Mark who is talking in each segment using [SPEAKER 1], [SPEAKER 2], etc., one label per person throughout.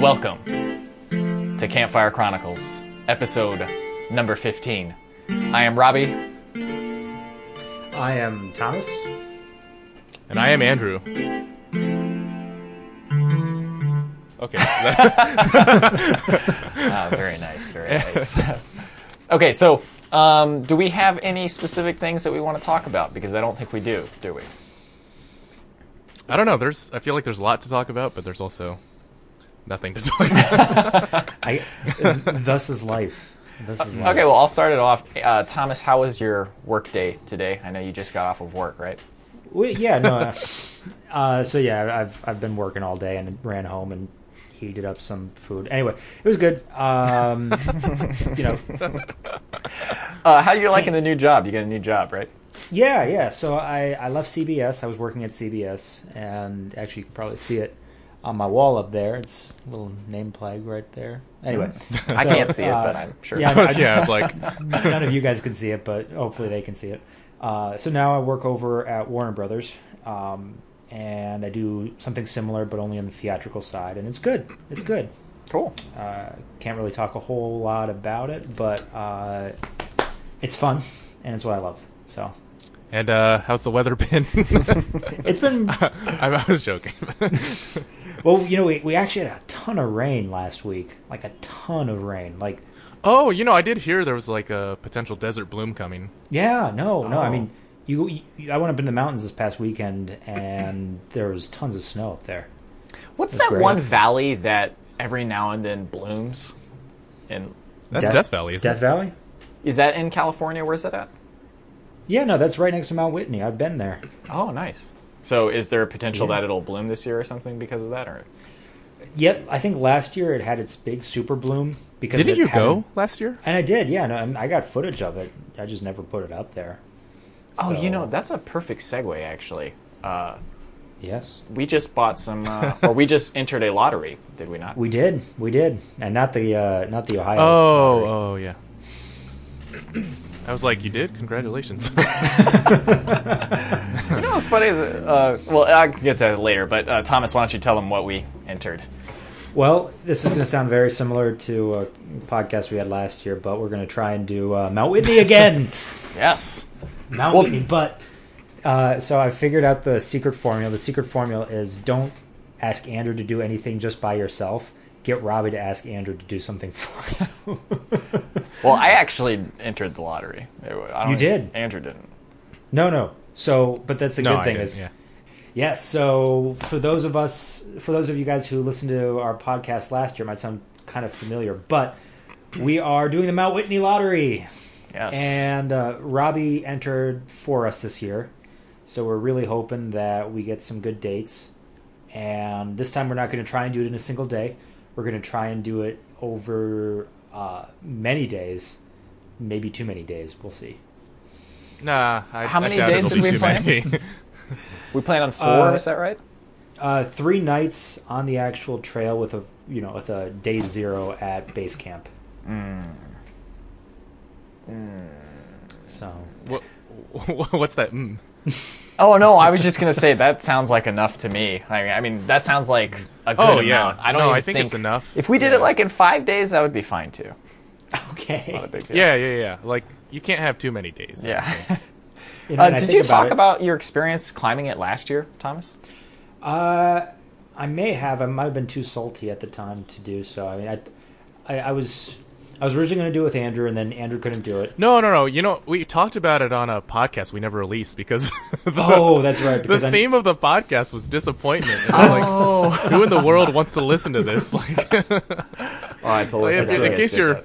[SPEAKER 1] Welcome to Campfire Chronicles, episode number 15. I am Robbie.
[SPEAKER 2] I am Thomas.
[SPEAKER 3] And I am Andrew. Okay.
[SPEAKER 1] Ah, very nice, very nice. okay, so um, do we have any specific things that we want to talk about? Because I don't think we do, do we?
[SPEAKER 3] I don't know. There's. I feel like there's a lot to talk about, but there's also nothing to talk about.
[SPEAKER 2] I. thus is life. This is life.
[SPEAKER 1] Okay, well, I'll start it off. Uh, Thomas, how was your work day today? I know you just got off of work, right?
[SPEAKER 2] Well, yeah. No. uh, Uh, so yeah, I've I've been working all day and ran home and heated up some food. Anyway, it was good. Um, you know.
[SPEAKER 1] Uh, how are you liking the new job? You got a new job, right?
[SPEAKER 2] Yeah, yeah. So I I left CBS. I was working at CBS, and actually you can probably see it on my wall up there. It's a little name plug right there. Anyway,
[SPEAKER 1] I
[SPEAKER 2] so,
[SPEAKER 1] can't see it,
[SPEAKER 2] uh,
[SPEAKER 1] but I'm sure.
[SPEAKER 2] yeah,
[SPEAKER 3] yeah, it's like
[SPEAKER 2] None of you guys can see it, but hopefully they can see it. Uh, so now I work over at Warner Brothers, um, and I do something similar, but only on the theatrical side, and it's good. It's good.
[SPEAKER 1] Cool.
[SPEAKER 2] Uh, can't really talk a whole lot about it, but uh, it's fun, and it's what I love. So
[SPEAKER 3] And uh, how's the weather been?
[SPEAKER 2] it's been
[SPEAKER 3] I, I was joking.
[SPEAKER 2] well. You know, we we actually had a ton of rain last week, like a ton of rain. Like,
[SPEAKER 3] oh, you know, I did hear there was like a potential desert bloom coming.
[SPEAKER 2] yeah, no, no. I
[SPEAKER 1] Oh.
[SPEAKER 2] mean, you, you. I went up in the mountains this past weekend, and there was tons of snow up there.
[SPEAKER 1] What's
[SPEAKER 2] That's
[SPEAKER 1] that
[SPEAKER 2] great.
[SPEAKER 1] one valley that every now and then blooms? And
[SPEAKER 3] That's
[SPEAKER 2] Death-
[SPEAKER 3] Death, Valley, isn't
[SPEAKER 2] Death Valley.
[SPEAKER 1] is that in California? Where's that at?
[SPEAKER 2] Yeah, no, that's right next to Mount Whitney. I've been there.
[SPEAKER 1] Oh, nice. So, is there a potential
[SPEAKER 2] Yeah.
[SPEAKER 1] that it'll bloom this year or something because of that? Or
[SPEAKER 2] Yep, I think last year it had its big super bloom
[SPEAKER 3] it?
[SPEAKER 2] because
[SPEAKER 3] Didn't
[SPEAKER 2] it
[SPEAKER 3] you
[SPEAKER 2] had-
[SPEAKER 3] go last year?
[SPEAKER 2] And I did, yeah. No, and I got footage of it. I just never put it up there.
[SPEAKER 1] oh, you
[SPEAKER 2] So-
[SPEAKER 1] know, that's a perfect segue. Actually, uh,
[SPEAKER 2] Yes,
[SPEAKER 1] we just bought some, uh, or we just entered a lottery, did we not?
[SPEAKER 2] we did, we did, and not the uh, not the Ohio.
[SPEAKER 3] Oh,
[SPEAKER 2] lottery.
[SPEAKER 3] oh yeah. I was like, you did? Congratulations.
[SPEAKER 1] you know what's funny? Is, uh, well, I'll get to that later. But uh, Thomas, why don't you tell them what we entered?
[SPEAKER 2] Well, this is going to sound very similar to a podcast we had last year, but we're going to try and do uh, Mount Whitney again.
[SPEAKER 1] Yes.
[SPEAKER 2] Mount
[SPEAKER 1] Well-
[SPEAKER 2] Whitney, but uh, so I figured out the secret formula. The secret formula is don't ask Andrew to do anything just by yourself. Get Robbie to ask Andrew to do something for you.
[SPEAKER 1] Well, I actually entered the lottery. I don't
[SPEAKER 2] You did?
[SPEAKER 1] Andrew didn't.
[SPEAKER 2] no, no. So, but that's the
[SPEAKER 3] no,
[SPEAKER 2] good
[SPEAKER 3] I
[SPEAKER 2] thing
[SPEAKER 3] did,
[SPEAKER 2] is,
[SPEAKER 3] yeah.
[SPEAKER 2] yes. So for those of us, for those of you guys who listened to our podcast last year, it might sound kind of familiar, but we are doing the Mount Whitney lottery.
[SPEAKER 1] Yes.
[SPEAKER 2] And uh, Robbie entered for us this year, so we're really hoping that we get some good dates. And this time, we're not going to try and do it in a single day. We're going to try and do it over uh, many days, maybe too many days. We'll see.
[SPEAKER 3] Nah, I,
[SPEAKER 1] How
[SPEAKER 3] I
[SPEAKER 1] many
[SPEAKER 3] doubt
[SPEAKER 1] days
[SPEAKER 3] it'll
[SPEAKER 1] did
[SPEAKER 3] be
[SPEAKER 1] we
[SPEAKER 3] too
[SPEAKER 1] plan?
[SPEAKER 3] many.
[SPEAKER 1] we plan on four.
[SPEAKER 2] Uh,
[SPEAKER 1] is that right?
[SPEAKER 2] Uh, three nights on the actual trail with a you know with a day zero at base camp. So
[SPEAKER 3] what, what's that? Mm.
[SPEAKER 1] Oh no, I was just gonna say that sounds like enough to me. I mean, I mean that sounds like a good
[SPEAKER 3] Oh,
[SPEAKER 1] amount.
[SPEAKER 3] yeah.
[SPEAKER 1] I don't
[SPEAKER 3] No,
[SPEAKER 1] even
[SPEAKER 3] I think it's enough.
[SPEAKER 1] If we did
[SPEAKER 3] Yeah.
[SPEAKER 1] it like in five days, that would be fine too.
[SPEAKER 2] okay.
[SPEAKER 1] Not a big deal.
[SPEAKER 3] Yeah, yeah, yeah. Like you can't have too many days.
[SPEAKER 1] Yeah.
[SPEAKER 2] You know,
[SPEAKER 1] uh,
[SPEAKER 2] and I
[SPEAKER 1] did
[SPEAKER 2] think
[SPEAKER 1] you talk
[SPEAKER 2] it- Oh,
[SPEAKER 1] about your experience climbing it last year, Thomas?
[SPEAKER 2] Uh, I may have. I might have been too salty at the time to do so. I mean, I, I, I was, I was originally going to do it with Andrew, and then Andrew couldn't do it.
[SPEAKER 3] No, no, no. You know, we talked about it on a podcast we never released because the,
[SPEAKER 2] Oh, that's right.
[SPEAKER 3] the
[SPEAKER 2] Because I, Oh.
[SPEAKER 3] theme of the podcast was disappointment. And I was like, who in the world wants to listen to this? Like,
[SPEAKER 1] Oh, I totally.
[SPEAKER 3] in, in case your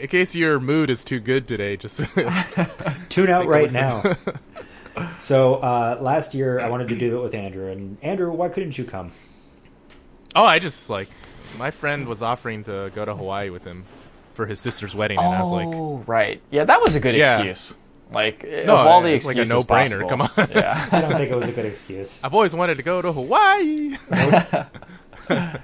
[SPEAKER 3] in case your mood is too good today, just
[SPEAKER 2] tune out
[SPEAKER 3] Take a
[SPEAKER 2] right now.
[SPEAKER 3] listen.
[SPEAKER 2] so uh, last year I wanted to do it with Andrew, and Andrew, why couldn't you come?
[SPEAKER 3] oh, I just like my friend was offering to go to Hawaii with him for his sister's wedding, and I was like,
[SPEAKER 1] oh, right. Yeah, that was a good
[SPEAKER 3] Yeah.
[SPEAKER 1] excuse. Like
[SPEAKER 3] No, uh,
[SPEAKER 1] of all the
[SPEAKER 3] it's like a
[SPEAKER 1] excuses possible.
[SPEAKER 3] no-brainer, come on.
[SPEAKER 2] I
[SPEAKER 1] Yeah.
[SPEAKER 2] don't think it was a good excuse.
[SPEAKER 3] I've always wanted to go to Hawaii.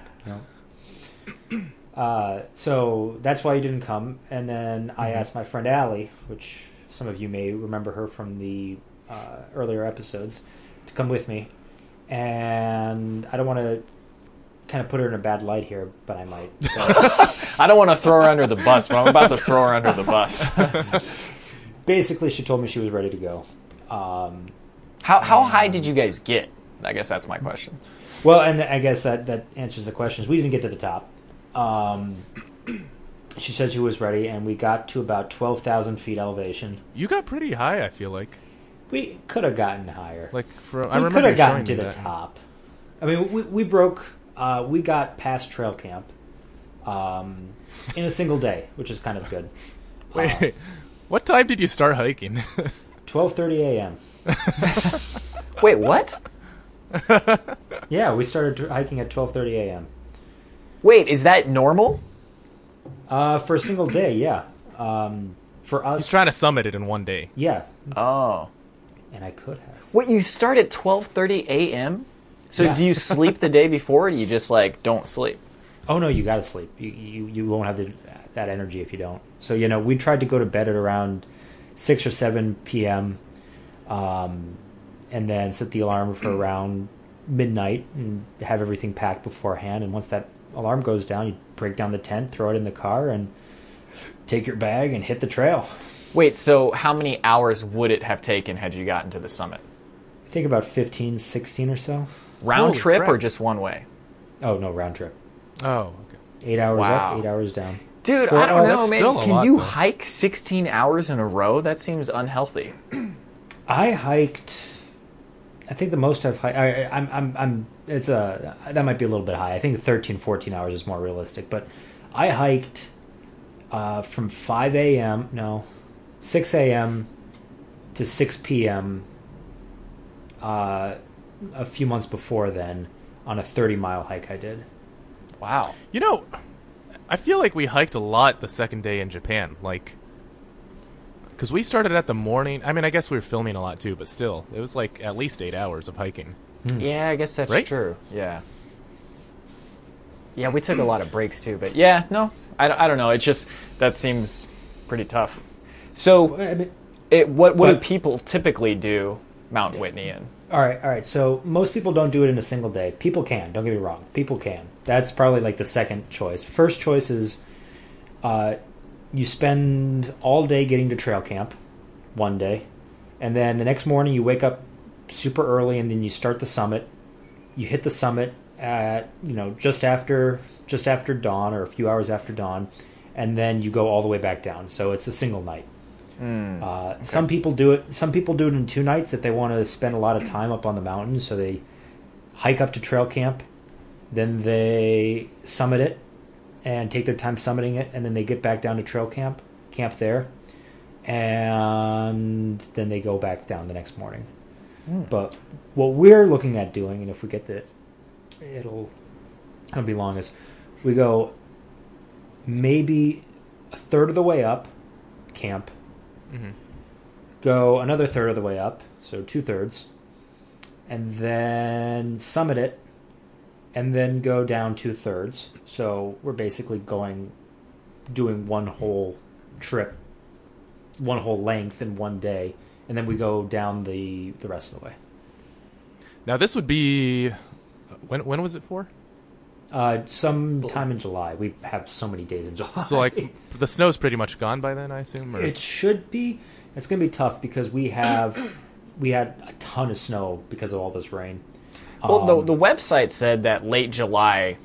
[SPEAKER 2] Uh, so that's why you didn't come. And then I asked my friend Allie, which some of you may remember her from the uh, earlier episodes, to come with me. And I don't want to kind of put her in a bad light here, but I might. So,
[SPEAKER 1] I don't want to throw her under the bus, but I'm about to throw her under the bus.
[SPEAKER 2] basically, she told me she was ready to go. Um,
[SPEAKER 1] how how high did you guys get? I guess that's my question.
[SPEAKER 2] well, and I guess that that answers the questions. We didn't get to the top. Um, she said she was ready, and we got to about twelve thousand feet elevation.
[SPEAKER 3] You got pretty high. I feel like
[SPEAKER 2] We could have gotten higher.
[SPEAKER 3] like for I
[SPEAKER 2] we
[SPEAKER 3] remember
[SPEAKER 2] could have
[SPEAKER 3] you
[SPEAKER 2] gotten
[SPEAKER 3] showing
[SPEAKER 2] to
[SPEAKER 3] me
[SPEAKER 2] the
[SPEAKER 3] that.
[SPEAKER 2] top. I mean, we, we broke. Uh, we got past trail camp um, in a single day, which is kind of good.
[SPEAKER 3] Wait, what time did you start hiking?
[SPEAKER 2] Twelve thirty a.m.
[SPEAKER 1] Wait, what?
[SPEAKER 2] Yeah, we started tr- hiking at twelve thirty a.m.
[SPEAKER 1] Wait, is that normal?
[SPEAKER 2] Uh, for a single day, yeah. Um, for us,
[SPEAKER 3] Trying to summit it in one day.
[SPEAKER 2] yeah,
[SPEAKER 1] Oh.
[SPEAKER 2] and I could have.
[SPEAKER 1] Wait, you start at 12:30 a.m.? So
[SPEAKER 2] Yeah.
[SPEAKER 1] do you sleep the day before or do you just like don't sleep?
[SPEAKER 2] Oh no, you gotta sleep. You you, you won't have the, that energy if you don't. So you know, we tried to go to bed at around six or seven p.m. Um, and then set the alarm for around midnight and have everything packed beforehand. And once that alarm goes down, you break down the tent, throw it in the car, and take your bag and hit the trail.
[SPEAKER 1] Wait, so how many hours would it have taken had you gotten to the summit?
[SPEAKER 2] I think about 15, 16 or so.
[SPEAKER 1] Round
[SPEAKER 3] Holy
[SPEAKER 1] trip
[SPEAKER 3] crap.
[SPEAKER 1] or just one way?
[SPEAKER 2] Oh no, round trip.
[SPEAKER 3] Oh, okay.
[SPEAKER 2] Eight hours
[SPEAKER 1] Wow.
[SPEAKER 2] up, eight hours down.
[SPEAKER 1] Dude,
[SPEAKER 3] For-
[SPEAKER 1] I don't
[SPEAKER 3] oh,
[SPEAKER 1] know,
[SPEAKER 3] that's
[SPEAKER 1] man.
[SPEAKER 3] still a
[SPEAKER 1] Can
[SPEAKER 3] lot,
[SPEAKER 1] you
[SPEAKER 3] though.
[SPEAKER 1] hike 16 hours in a row? That seems unhealthy.
[SPEAKER 2] I hiked. I think the most I've hiked. I, I- I'm, I'm, I'm. It's a that might be a little bit high. I think 13, 14 hours is more realistic. But I hiked uh, from 5 a.m. No, 6 a.m. to 6 p.m. Uh, a few months before then, on a 30 mile hike I did.
[SPEAKER 1] Wow.
[SPEAKER 3] You know, I feel like we hiked a lot the second day in Japan. Like, because we started at the morning. I mean, I guess we were filming a lot too, but still, it was like at least eight hours of hiking.
[SPEAKER 1] Yeah, I guess that's
[SPEAKER 3] Right?
[SPEAKER 1] true. Yeah. Yeah, we took a lot of breaks too, but yeah, no, I, don't- I don't know. It's just that seems pretty tough. So,
[SPEAKER 2] I mean,
[SPEAKER 1] it, what what do
[SPEAKER 2] But-
[SPEAKER 1] people typically do Mount Whitney in?
[SPEAKER 2] All right, all right. So most people don't do it in a single day. People can. Don't get me wrong. People can. That's probably like the second choice. First choice is, uh, you spend all day getting to trail camp, one day, and then the next morning you wake up super early and then you start the summit. You hit the summit at you know just after just after dawn or a few hours after dawn, and then you go all the way back down. So it's a single night. Uh, Some people do it. Some people do it in two nights if they want to spend a lot of time up on the mountain. So they hike up to trail camp, then they summit it and take their time summiting it, and then they get back down to trail camp, camp there, and then they go back down the next morning. But what we're looking at doing, and if we get the, it'll, it'll be long. Is we go maybe a third of the way up camp
[SPEAKER 3] Mm-hmm.
[SPEAKER 2] go another third of the way up, so two thirds, and then summit it, and then go down two thirds. So we're basically going, doing one whole trip, one whole length in one day, and then we go down the the rest of the way.
[SPEAKER 3] Now, this would be when? When was it for?
[SPEAKER 2] Uh, sometime in July, we have so many days in July.
[SPEAKER 3] So, like, the snow's pretty much gone by then, I assume. Or,
[SPEAKER 2] It should be. It's gonna be tough because we have we had a ton of snow because of all this rain.
[SPEAKER 1] Well,
[SPEAKER 2] Um,
[SPEAKER 1] the, the website said that late July,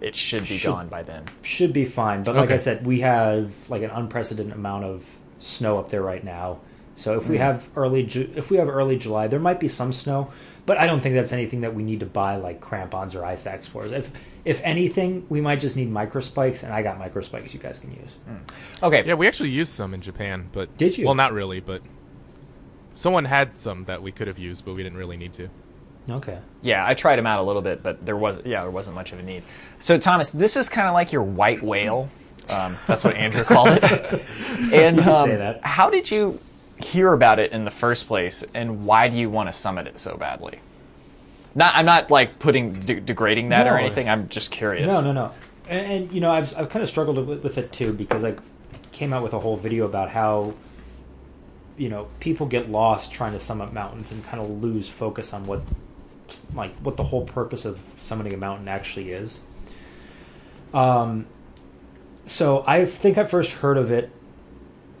[SPEAKER 1] it should be
[SPEAKER 2] Should-
[SPEAKER 1] gone by then.
[SPEAKER 2] should be fine. But like I
[SPEAKER 3] Okay.
[SPEAKER 2] said, we have like an unprecedented amount of snow up there right now. So if we have early Ju- if we have early July, there might be some snow, but I don't think that's anything that we need to buy like crampons or ice axe for. If if anything, we might just need micro spikes, and I got micro spikes you guys can use.
[SPEAKER 1] Okay,
[SPEAKER 3] yeah, we actually used some in Japan, but
[SPEAKER 2] Did you?
[SPEAKER 3] Well, not really, but someone had some that we could have used, but we didn't really need to.
[SPEAKER 2] Okay.
[SPEAKER 1] yeah, I tried them out a little bit, but there was yeah, there wasn't much of a need. So Thomas, this is kind of like your white whale. Um, that's what Andrew called it. And
[SPEAKER 2] could say
[SPEAKER 1] um,
[SPEAKER 2] that.
[SPEAKER 1] how did you hear about it in the first place, and why do you want to summit it so badly? Not, I'm not like putting de- degrading that or
[SPEAKER 2] No.
[SPEAKER 1] anything. I'm just curious.
[SPEAKER 2] No, no, no. And, and you know, I've I've kind of struggled with, with it too because I came out with a whole video about how you know people get lost trying to sum up mountains and kind of lose focus on what like what the whole purpose of summiting a mountain actually is. Um, so I think I first heard of it.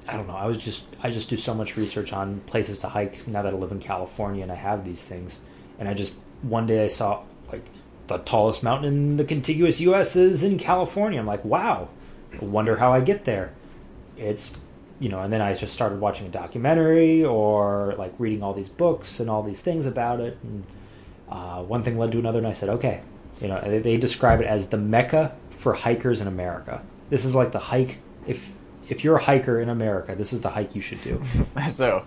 [SPEAKER 2] I don't know. I was just I just do so much research on places to hike now that I live in California and I have these things. And I just one day I saw like the tallest mountain in the contiguous U.S. is in California. I'm like, wow. I wonder how I get there. It's you know, and then I just started watching a documentary or like reading all these books and all these things about it. And uh, one thing led to another, and I said, okay, you know, they, they describe it as the mecca for hikers in America. This is like the hike. If if you're a hiker in America, this is the hike you should do.
[SPEAKER 1] so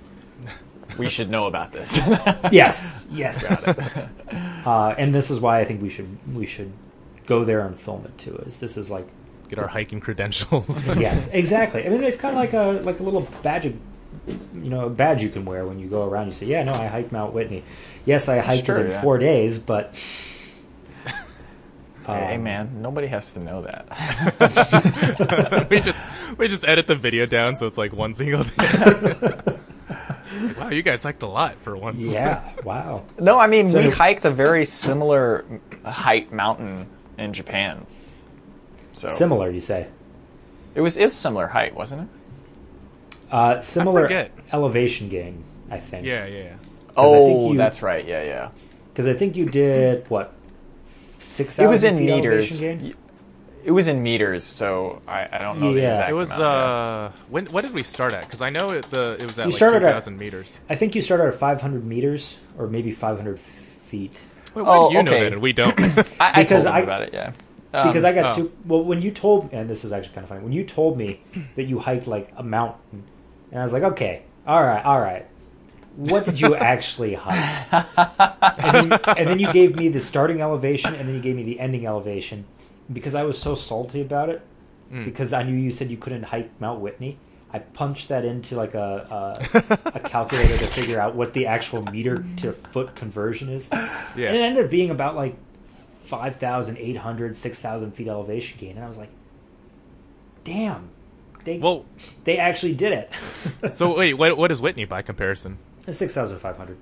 [SPEAKER 1] we should know about this.
[SPEAKER 2] yes, yes. Uh, and this is why I think we should we should go there and film it too. Is this is like
[SPEAKER 3] Get our hiking credentials.
[SPEAKER 2] yes, exactly. I mean, it's kind of like a like a little badge, of, you know, a badge you can wear when you go around. You say, "Yeah, no, I hiked Mount Whitney. Yes, I hiked
[SPEAKER 1] Sure,
[SPEAKER 2] it in
[SPEAKER 1] yeah.
[SPEAKER 2] four days, but."
[SPEAKER 1] hey
[SPEAKER 2] Um,
[SPEAKER 1] man, nobody has to know that.
[SPEAKER 3] we just we just edit the video down so it's like one single day. Like, wow, you guys hiked a lot for once.
[SPEAKER 2] Yeah. Wow.
[SPEAKER 1] No, I mean
[SPEAKER 2] So-
[SPEAKER 1] we hiked a very similar height mountain in Japan. So
[SPEAKER 2] Similar, you say?
[SPEAKER 1] it was is similar height, wasn't it?
[SPEAKER 2] Uh, similar
[SPEAKER 3] forget.
[SPEAKER 2] elevation gain, I think.
[SPEAKER 3] yeah, yeah.
[SPEAKER 2] 'Cause I think
[SPEAKER 1] Oh,
[SPEAKER 2] you-
[SPEAKER 1] that's right. Yeah, yeah.
[SPEAKER 2] Because I think you did what six
[SPEAKER 1] It was
[SPEAKER 2] thousand
[SPEAKER 1] in
[SPEAKER 2] feet
[SPEAKER 1] meters.
[SPEAKER 2] elevation gain.
[SPEAKER 1] It was in meters, so I, I don't know the
[SPEAKER 2] Yeah.
[SPEAKER 1] exact
[SPEAKER 3] It was
[SPEAKER 1] amount, yeah.
[SPEAKER 3] uh, when what did we start at? Because I know it, the it was at
[SPEAKER 2] You
[SPEAKER 3] like two
[SPEAKER 2] started at-
[SPEAKER 3] thousand meters.
[SPEAKER 2] I think you started at five hundred meters or maybe five hundred feet.
[SPEAKER 3] Wait, why
[SPEAKER 1] Oh,
[SPEAKER 3] do you know
[SPEAKER 1] okay.
[SPEAKER 3] that and we don't?
[SPEAKER 1] I, I
[SPEAKER 2] because
[SPEAKER 1] told him
[SPEAKER 2] I-
[SPEAKER 1] about it. Yeah, Um,
[SPEAKER 2] because I got
[SPEAKER 3] oh.
[SPEAKER 2] super, well when you told and this is actually kind of funny when you told me that you hiked like a mountain and I was like okay all right all right what did you actually hike and then, and then you gave me the starting elevation and then you gave me the ending elevation because I was so salty about it
[SPEAKER 3] Hmm. Mm.
[SPEAKER 2] because I knew you said you couldn't hike Mount Whitney I punched that into like a a, a calculator to figure out what the actual meter to foot conversion is and it
[SPEAKER 3] yeah,
[SPEAKER 2] ended up being about like 5,800, 6,000 feet elevation gain. And I was like, damn. They,
[SPEAKER 3] Well-
[SPEAKER 2] they actually did it.
[SPEAKER 3] So wait, what what is Whitney by comparison?
[SPEAKER 2] It's 6,500.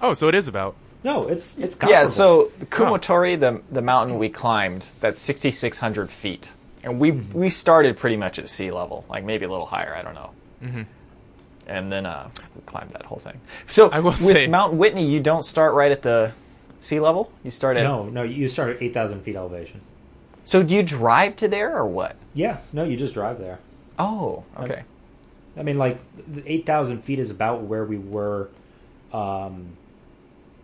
[SPEAKER 3] Oh, so it is about.
[SPEAKER 2] No, it's it's
[SPEAKER 1] yeah.
[SPEAKER 2] comparable.
[SPEAKER 1] So Kumotori, the the mountain we climbed, that's sixty six hundred feet, and we we started pretty much at sea level, like maybe a little higher. I don't know. And then uh, we climbed that whole thing. So
[SPEAKER 3] I will
[SPEAKER 1] with
[SPEAKER 3] say-
[SPEAKER 1] Mount Whitney, you don't start right at the sea level. You start at
[SPEAKER 2] no, no, you start at 8,000 feet elevation.
[SPEAKER 1] So do you drive to there or what?
[SPEAKER 2] Yeah, no, you just drive there.
[SPEAKER 1] Oh, okay.
[SPEAKER 2] I mean, like the 8,000 feet is about where we were um,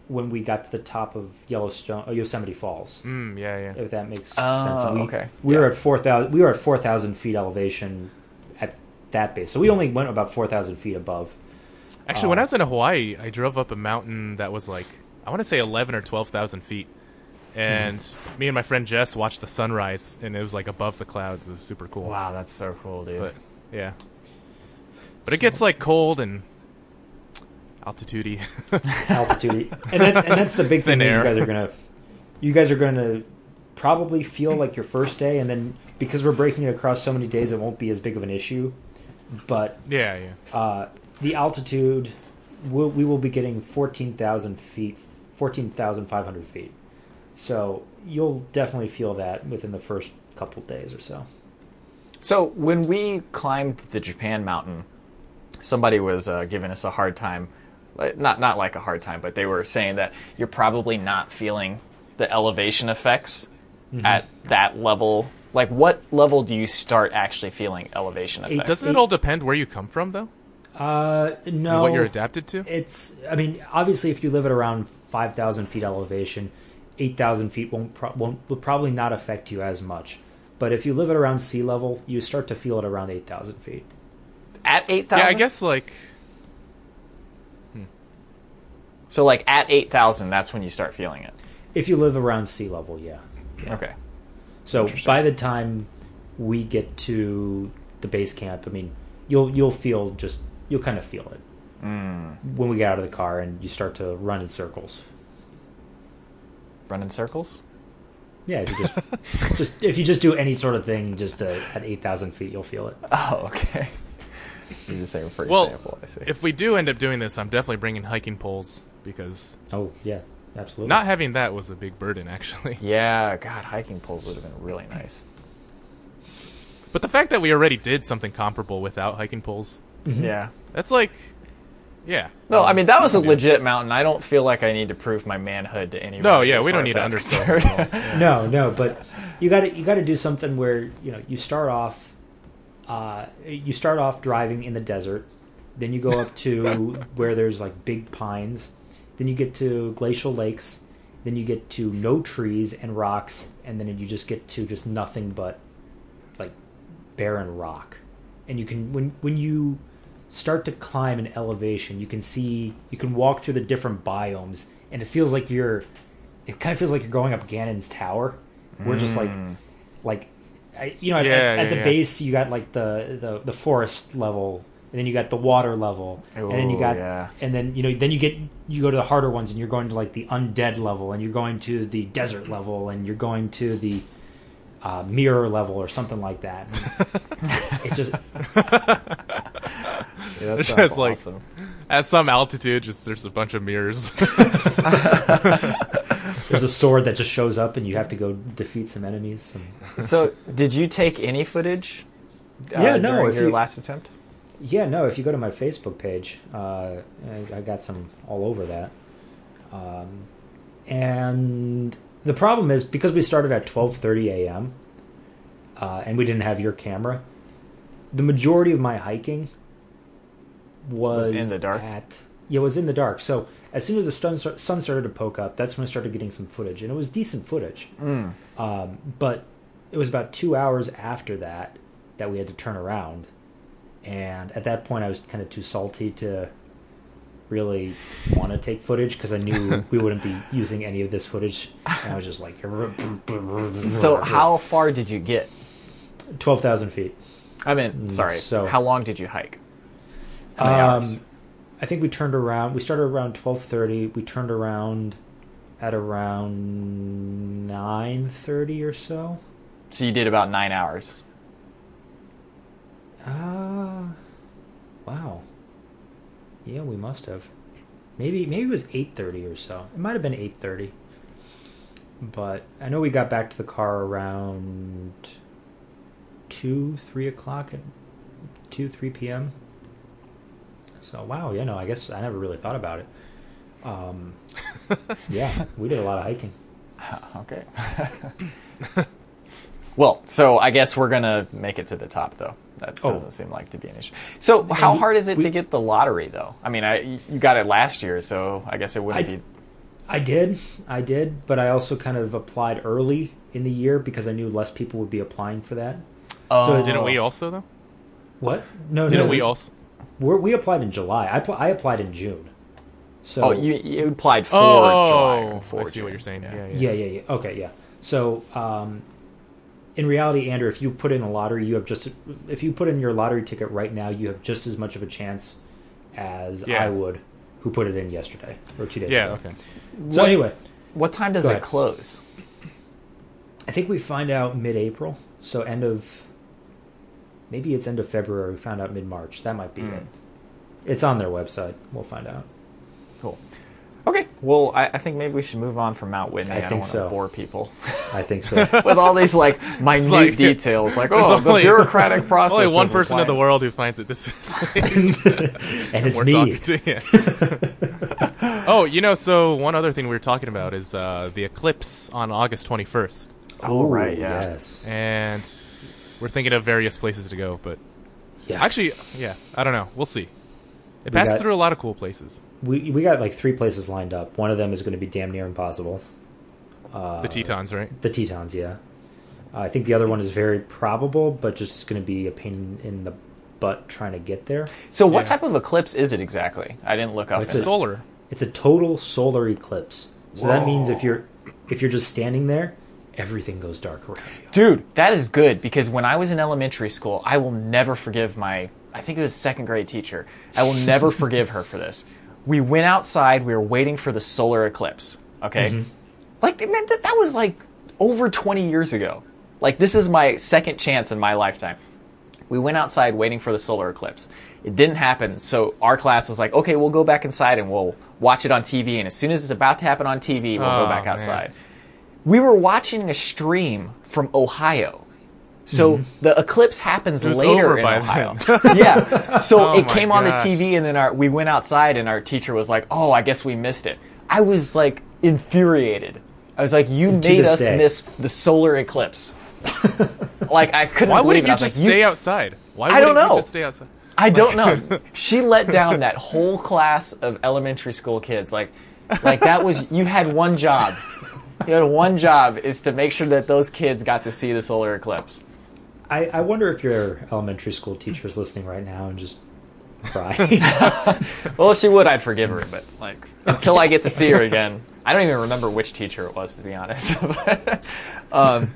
[SPEAKER 2] when we got to the top of Yellowstone, uh, Yosemite Falls.
[SPEAKER 3] Mm, yeah, yeah.
[SPEAKER 2] if that makes
[SPEAKER 1] Oh,
[SPEAKER 2] sense. And We,
[SPEAKER 1] okay.
[SPEAKER 2] we were
[SPEAKER 1] Yeah.
[SPEAKER 2] at four thousand. We were at four thousand feet elevation at that base, so we only went about four thousand feet above.
[SPEAKER 3] Actually, when I was in Hawaii, I drove up a mountain that was like I want to say eleven or twelve thousand feet, and
[SPEAKER 1] Hmm.
[SPEAKER 3] me and my friend Jess watched the sunrise, and it was like above the clouds. It was super cool.
[SPEAKER 1] Wow, that's so cool, dude.
[SPEAKER 3] But yeah, but it gets like cold and altitudey.
[SPEAKER 2] altitude, and, that, and that's the big thing
[SPEAKER 3] Thin
[SPEAKER 2] that you
[SPEAKER 3] air.
[SPEAKER 2] guys are gonna. You guys are gonna probably feel like your first day, and then because we're breaking it across so many days, it won't be as big of an issue. But
[SPEAKER 3] yeah, yeah.
[SPEAKER 2] uh, the altitude, we'll, we will be getting fourteen thousand feet, fourteen thousand five hundred feet. So you'll definitely feel that within the first couple days or so.
[SPEAKER 1] So when we climbed the Japan mountain, somebody was uh, giving us a hard time. Like, Not not like a hard time, but they were saying that you're probably not feeling the elevation effects
[SPEAKER 3] Mm-hmm.
[SPEAKER 1] at that level. Like, what level do you start actually feeling elevation effects?
[SPEAKER 3] Doesn't it all depend where you come from, though?
[SPEAKER 2] Uh, no.
[SPEAKER 3] What you're adapted to?
[SPEAKER 2] It's. I mean, obviously, if you live at around five thousand feet elevation, eight thousand feet won't, pro- won't will probably not affect you as much. But if you live at around sea level, you start to feel it around eight thousand feet.
[SPEAKER 1] at eight thousand?
[SPEAKER 3] Yeah, I guess like
[SPEAKER 1] So, like at eight thousand, that's when you start feeling it.
[SPEAKER 2] If you live around sea level, yeah.
[SPEAKER 1] Okay.
[SPEAKER 2] So
[SPEAKER 1] Interesting.
[SPEAKER 2] by the time we get to the base camp, I mean, you'll you'll feel just you'll kind of feel it when we get out of the car and you start to run in circles.
[SPEAKER 1] Run in circles.
[SPEAKER 2] Yeah, if you just, just if you just do any sort of thing, just to, at eight thousand feet, you'll feel it.
[SPEAKER 1] Oh, okay. You're just saying for
[SPEAKER 3] well,
[SPEAKER 1] example. I see.
[SPEAKER 3] if we do end up doing this, I'm definitely bringing hiking poles because
[SPEAKER 2] Oh yeah, Absolutely.
[SPEAKER 3] Not having that was a big burden, actually.
[SPEAKER 1] Yeah, God, hiking poles would have been really nice.
[SPEAKER 3] But the fact that we already did something comparable without hiking poles,
[SPEAKER 1] Yeah.
[SPEAKER 3] that's like, yeah.
[SPEAKER 1] No, I mean that was a
[SPEAKER 3] Um, Yeah.
[SPEAKER 1] legit mountain. I don't feel like I need to prove my manhood to anyone.
[SPEAKER 3] No, yeah,
[SPEAKER 1] as
[SPEAKER 3] we
[SPEAKER 1] far
[SPEAKER 3] don't
[SPEAKER 1] as
[SPEAKER 3] need to
[SPEAKER 1] that's
[SPEAKER 3] undersell
[SPEAKER 1] concerned.
[SPEAKER 3] it at all.
[SPEAKER 2] no, no, but you got to you got to do something where you know you start off, uh, you start off driving in the desert, then you go up to where there's like big pines, then you get to glacial lakes, then you get to no trees and rocks, and then you just get to just nothing but like barren rock, and you can when when you start to climb an elevation, you can see you can walk through the different biomes, and it feels like you're it kind of feels like you're going up Ganon's tower. We're just like, like, I, you know, at-
[SPEAKER 3] Mm. Yeah,
[SPEAKER 2] at, at
[SPEAKER 3] yeah,
[SPEAKER 2] the
[SPEAKER 3] yeah.
[SPEAKER 2] base you got like the, the the forest level, and then you got the water level, and then you
[SPEAKER 1] Ooh,
[SPEAKER 2] got,
[SPEAKER 1] yeah.
[SPEAKER 2] and then you know, then you get you go to the harder ones, and you're going to like the undead level, and you're going to the desert level, and you're going to the uh, mirror level or something like that. it's just
[SPEAKER 1] Yeah, that
[SPEAKER 3] It's
[SPEAKER 1] sounds
[SPEAKER 3] just like-
[SPEAKER 1] awesome.
[SPEAKER 3] At some altitude, just there's a bunch of mirrors.
[SPEAKER 2] there's a sword that just shows up, and you have to go defeat some enemies. Some,
[SPEAKER 1] so, did you take any footage? Uh,
[SPEAKER 2] Yeah, no,
[SPEAKER 1] During
[SPEAKER 2] if
[SPEAKER 1] your
[SPEAKER 2] you-
[SPEAKER 1] last attempt.
[SPEAKER 2] Yeah, no. If you go to my Facebook page, uh, I, I got some all over that. Um, and the problem is because we started at twelve thirty a.m. Uh, and we didn't have your camera. The majority of my hiking was,
[SPEAKER 1] in the dark?
[SPEAKER 2] At, yeah, it was in the dark. So as soon as the sun, start, sun started to poke up, that's when I started getting some footage, and it was decent footage.
[SPEAKER 1] Hmm.
[SPEAKER 2] Um, but it was about two hours after that that we had to turn around and at that point i was kind of too salty to really want to take footage because i knew we wouldn't be using any of this footage and i was just like
[SPEAKER 1] So, how far did you get?
[SPEAKER 2] 12000 feet
[SPEAKER 1] I mean, sorry.
[SPEAKER 2] Mm, so-
[SPEAKER 1] how long did you hike? How many hours?
[SPEAKER 2] Um, i think we turned around we started around 12.30 we turned around at around 9.30 or so
[SPEAKER 1] So you did about nine hours.
[SPEAKER 2] Ah, wow. Yeah, we must have. Maybe maybe it was eight thirty or so. It might have been eight thirty. But I know we got back to the car around two, three o'clock at two, three p.m. So wow, you know, I guess I never really thought about it. Um, yeah, we did a lot of hiking.
[SPEAKER 1] Okay. well, so I guess we're gonna make it to the top, though. That
[SPEAKER 2] Oh.
[SPEAKER 1] doesn't seem like to be an issue. So, how
[SPEAKER 2] we-
[SPEAKER 1] hard is it
[SPEAKER 2] we-
[SPEAKER 1] to get the lottery, though? I mean, I you got it last year, so I guess it wouldn't
[SPEAKER 2] I-
[SPEAKER 1] be.
[SPEAKER 2] I did, I did, but I also kind of applied early in the year because I knew less people would be applying for that.
[SPEAKER 1] Oh,
[SPEAKER 2] didn't
[SPEAKER 3] Didn't we also, though?
[SPEAKER 2] What? No,
[SPEAKER 3] Didn't
[SPEAKER 2] no.
[SPEAKER 3] we also?
[SPEAKER 2] We're, we applied in July. I, pl- I applied in June. So
[SPEAKER 1] Oh, you, you applied for July.
[SPEAKER 3] Oh,
[SPEAKER 1] or for
[SPEAKER 3] I see what
[SPEAKER 1] June.
[SPEAKER 3] you're saying.
[SPEAKER 1] Yeah.
[SPEAKER 3] Yeah, yeah.
[SPEAKER 2] yeah, yeah, yeah. Okay, yeah. So um, in reality, Andrew, if you put in a lottery, you have just if you put in your lottery ticket right now, you have just as much of a chance as
[SPEAKER 3] Yeah.
[SPEAKER 2] I would, who put it in yesterday or two days
[SPEAKER 3] Yeah,
[SPEAKER 2] ago.
[SPEAKER 3] okay.
[SPEAKER 2] So anyway,
[SPEAKER 1] What time does
[SPEAKER 2] Go
[SPEAKER 1] it
[SPEAKER 2] ahead.
[SPEAKER 1] close?
[SPEAKER 2] I think we find out mid-April, so end of maybe it's end of February. We found out mid-March. That might be
[SPEAKER 3] Hmm.
[SPEAKER 2] it. It's on their website. We'll find out.
[SPEAKER 1] Cool. Okay. Well, I, I think maybe we should move on from Mount Whitney.
[SPEAKER 2] I
[SPEAKER 1] I, don't
[SPEAKER 2] think
[SPEAKER 1] want
[SPEAKER 2] so.
[SPEAKER 1] to bore people
[SPEAKER 2] I think so.
[SPEAKER 1] with all these like minute
[SPEAKER 3] like-
[SPEAKER 1] details, like oh,
[SPEAKER 3] There's
[SPEAKER 1] the
[SPEAKER 3] only-
[SPEAKER 1] bureaucratic process.
[SPEAKER 3] Only one
[SPEAKER 1] of
[SPEAKER 3] person in the
[SPEAKER 1] applying.
[SPEAKER 3] world who finds it this is
[SPEAKER 2] and it's
[SPEAKER 3] we're
[SPEAKER 2] me.
[SPEAKER 3] talking to you. oh, you know, so one other thing we were talking about is uh, the eclipse on August 21st.
[SPEAKER 1] Oh, right. Yeah.
[SPEAKER 2] Yes.
[SPEAKER 3] And we're thinking of various places to go, but
[SPEAKER 2] Yeah.
[SPEAKER 3] actually, yeah, I don't know. We'll see. It passes
[SPEAKER 2] got-
[SPEAKER 3] through a lot of cool places.
[SPEAKER 2] we we got like three places lined up. One of them is going to be damn near impossible. Uh,
[SPEAKER 1] Uh,
[SPEAKER 3] the Tetons, right?
[SPEAKER 2] The Tetons, yeah. Uh, I think the other one is very probable, but just going to be a pain in the butt trying to get there.
[SPEAKER 1] So, what
[SPEAKER 3] Yeah.
[SPEAKER 1] type of eclipse is it exactly? I didn't look up.
[SPEAKER 2] It's
[SPEAKER 1] any-
[SPEAKER 2] a-
[SPEAKER 3] Solar.
[SPEAKER 2] It's a total solar eclipse. So that means if
[SPEAKER 1] Whoa.
[SPEAKER 2] you're if you're just standing there, everything goes dark around you.
[SPEAKER 1] Dude, that is good because when I was in elementary school, I will never forgive my, I think it was second grade teacher. I will never forgive her for this. We went outside, we were waiting for the solar eclipse. Okay?
[SPEAKER 3] Mm-hmm.
[SPEAKER 1] Like, man, that, that was like over 20 years ago. Like, this is my second chance in my lifetime. We went outside waiting for the solar eclipse. It didn't happen, so our class was like, okay, we'll go back inside and we'll watch it on TV. And as soon as it's about to happen on TV, we'll go
[SPEAKER 3] Oh,
[SPEAKER 1] back
[SPEAKER 3] man.
[SPEAKER 1] outside. We were watching a stream from Ohio. So the eclipse happens
[SPEAKER 3] Mm-hmm. was
[SPEAKER 1] later
[SPEAKER 3] over
[SPEAKER 1] in
[SPEAKER 3] by
[SPEAKER 1] Ohio. yeah. So
[SPEAKER 3] Oh
[SPEAKER 1] it
[SPEAKER 3] my
[SPEAKER 1] came on the
[SPEAKER 3] gosh.
[SPEAKER 1] TV and then our we went outside and our teacher was like, "Oh, I guess we missed it." I was like infuriated. I was like, "You made
[SPEAKER 2] this
[SPEAKER 1] us
[SPEAKER 2] day.
[SPEAKER 1] miss the solar eclipse." like I couldn't
[SPEAKER 3] Why
[SPEAKER 1] believe
[SPEAKER 3] wouldn't
[SPEAKER 1] it.
[SPEAKER 3] you
[SPEAKER 1] I was
[SPEAKER 3] just
[SPEAKER 1] like,
[SPEAKER 3] stay outside? Why
[SPEAKER 1] I don't
[SPEAKER 3] wouldn't
[SPEAKER 1] know.
[SPEAKER 3] you just stay outside?
[SPEAKER 1] I don't know. she let down that whole class of elementary school kids. Like, like that was you had one job. You had one job is to make sure that those kids got to see the solar eclipse.
[SPEAKER 2] I, I wonder if your elementary school teacher is listening right now and just cry.
[SPEAKER 1] Well, if she would, I'd forgive her. But like, until I get to see her again, I don't even remember which teacher it was to be honest. But, um,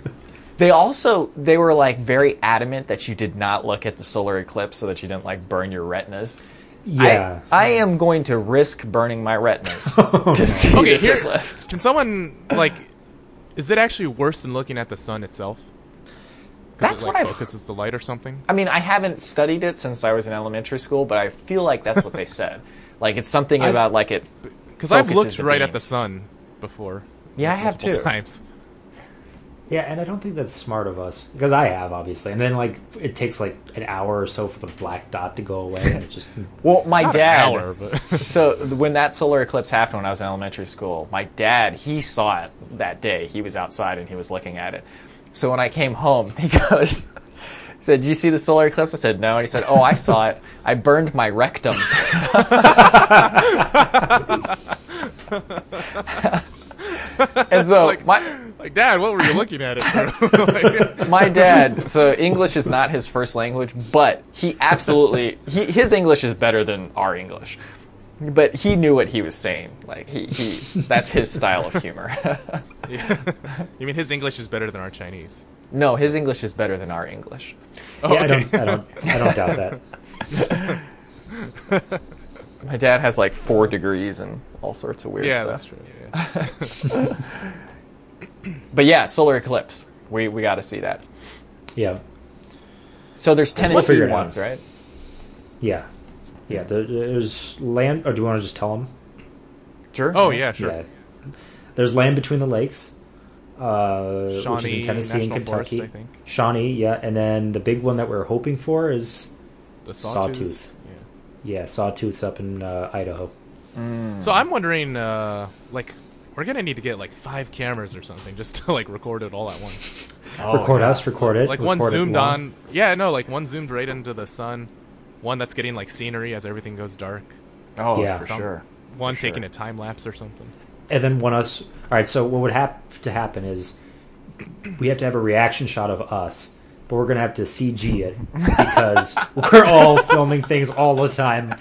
[SPEAKER 1] they also they were like very adamant that you did not look at the solar eclipse so that you didn't like burn your retinas. I-
[SPEAKER 2] yeah.
[SPEAKER 1] I, am going to risk burning my retinas to see
[SPEAKER 3] Okay,
[SPEAKER 1] this
[SPEAKER 3] here.
[SPEAKER 1] eclipse.
[SPEAKER 3] Can someone like? Is it actually worse than looking at the sun itself? 'Cause
[SPEAKER 1] That's
[SPEAKER 3] it,
[SPEAKER 1] what
[SPEAKER 3] like,
[SPEAKER 1] I've-
[SPEAKER 3] focuses the light or something.
[SPEAKER 1] I mean, I haven't studied it since I was in elementary school, but I feel like that's what they said. Like it's something
[SPEAKER 2] I've-
[SPEAKER 1] about like it.
[SPEAKER 3] Because I've
[SPEAKER 1] focuses
[SPEAKER 3] looked
[SPEAKER 1] the
[SPEAKER 3] right at
[SPEAKER 1] beams.
[SPEAKER 3] the sun before.
[SPEAKER 1] Yeah, I have
[SPEAKER 3] multiple
[SPEAKER 1] too.
[SPEAKER 3] Times.
[SPEAKER 2] Yeah, and I don't think that's smart of us because I have obviously, and then like it takes like an hour or so for the black dot to go away, and it just
[SPEAKER 1] Well, my
[SPEAKER 3] Not
[SPEAKER 1] dad.
[SPEAKER 3] an hour, but
[SPEAKER 1] so when that solar eclipse happened when I was in elementary school, my dad he saw it that day. He was outside and he was looking at it. So when I came home, he goes, he said, "Did you see the solar eclipse?" I said, "No." And he said, "Oh, I saw it. I burned my rectum." and so
[SPEAKER 3] like-
[SPEAKER 1] my
[SPEAKER 3] like, Dad, what were you looking at it for? Like,
[SPEAKER 1] my dad so english is not his first language but he absolutely he, his english is better than our english but he knew what he was saying like he, he that's his style of humor
[SPEAKER 3] you mean his English is better than our Chinese?
[SPEAKER 1] no his english is better than our english
[SPEAKER 3] Oh,
[SPEAKER 2] yeah, I
[SPEAKER 3] okay.
[SPEAKER 2] don't, I don't, I don't doubt that.
[SPEAKER 1] my dad has like four degrees and all sorts of weird
[SPEAKER 3] yeah,
[SPEAKER 1] stuff
[SPEAKER 3] that's true. Yeah.
[SPEAKER 1] but yeah solar eclipse we we got to see that
[SPEAKER 2] Yeah,
[SPEAKER 1] so there's
[SPEAKER 2] We'll
[SPEAKER 1] tennessee
[SPEAKER 2] figure it out.
[SPEAKER 1] ones right
[SPEAKER 2] yeah, yeah. there- There's land, or do you want to just tell them?
[SPEAKER 1] sure
[SPEAKER 3] Oh yeah, sure.
[SPEAKER 2] Yeah, there's land between the lakes, uh, which is
[SPEAKER 3] Shawnee
[SPEAKER 2] in Tennessee
[SPEAKER 3] National
[SPEAKER 2] and Kentucky.
[SPEAKER 3] Forest, I think.
[SPEAKER 2] Shawnee, yeah, and then the big one that we're hoping for is
[SPEAKER 3] The
[SPEAKER 2] Sawtooth.
[SPEAKER 3] sawtooth.
[SPEAKER 2] yeah, Sawtooth's up in uh, Idaho.
[SPEAKER 3] Yeah. So I'm wondering, uh, like, we're gonna need to get like five cameras or something just to like record it all at once.
[SPEAKER 2] record us, record it,
[SPEAKER 3] Oh, Like one
[SPEAKER 2] record it
[SPEAKER 3] zoomed
[SPEAKER 2] long.
[SPEAKER 3] on. Yeah, no, like one zoomed right into the sun. One that's getting like scenery as everything goes dark.
[SPEAKER 1] oh
[SPEAKER 2] Yeah.
[SPEAKER 1] for
[SPEAKER 3] Some-
[SPEAKER 1] sure
[SPEAKER 3] One
[SPEAKER 1] sure.
[SPEAKER 3] taking a time lapse or something.
[SPEAKER 2] and then one us. All right, so what would have to happen is we have to have a reaction shot of us, but we're gonna have to CG it because we're all filming things all the time.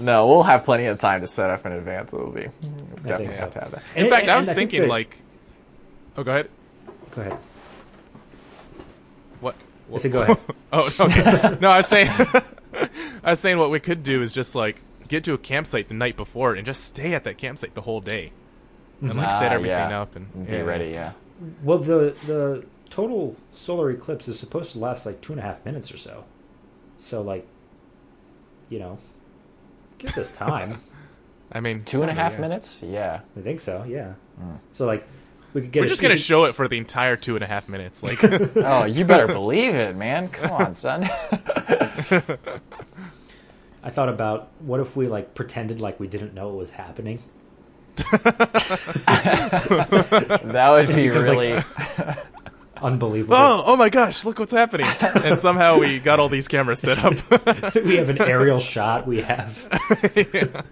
[SPEAKER 1] no we'll have plenty of time to set up in advance it'll be definitely
[SPEAKER 2] so.
[SPEAKER 1] have to have that
[SPEAKER 3] In
[SPEAKER 2] And-
[SPEAKER 3] fact,
[SPEAKER 2] and-
[SPEAKER 3] I
[SPEAKER 2] and
[SPEAKER 3] was
[SPEAKER 2] think
[SPEAKER 3] thinking
[SPEAKER 2] that-
[SPEAKER 3] like, oh, go ahead.
[SPEAKER 2] go ahead.
[SPEAKER 3] What? what
[SPEAKER 2] said go ahead.
[SPEAKER 3] oh, okay. no, I was saying, I was saying what we could do is just like get to a campsite the night before and just stay at that campsite the whole day, and like set
[SPEAKER 1] Ah,
[SPEAKER 3] everything
[SPEAKER 1] yeah.
[SPEAKER 3] up and
[SPEAKER 1] be ready yeah
[SPEAKER 2] Well, the the total solar eclipse is supposed to last like two and a half minutes or so, so like, you know, give us time.
[SPEAKER 3] I mean,
[SPEAKER 1] two and a
[SPEAKER 3] kinda,
[SPEAKER 1] half
[SPEAKER 3] Oh, yeah.
[SPEAKER 1] minutes yeah
[SPEAKER 2] I think so. Yeah. So like, we could get.
[SPEAKER 3] We're
[SPEAKER 2] a-
[SPEAKER 3] just
[SPEAKER 2] we
[SPEAKER 3] gonna
[SPEAKER 2] could-
[SPEAKER 3] show it for the entire two and a half minutes. Like,
[SPEAKER 1] Oh, you better believe it, man. Come on, son.
[SPEAKER 2] I thought about what if we like pretended like we didn't know it was happening.
[SPEAKER 1] That would be
[SPEAKER 2] Because, like-
[SPEAKER 1] really.
[SPEAKER 2] Unbelievable.
[SPEAKER 3] oh, oh my gosh, look what's happening! and somehow we got all these cameras set up.
[SPEAKER 2] we have an aerial shot. We have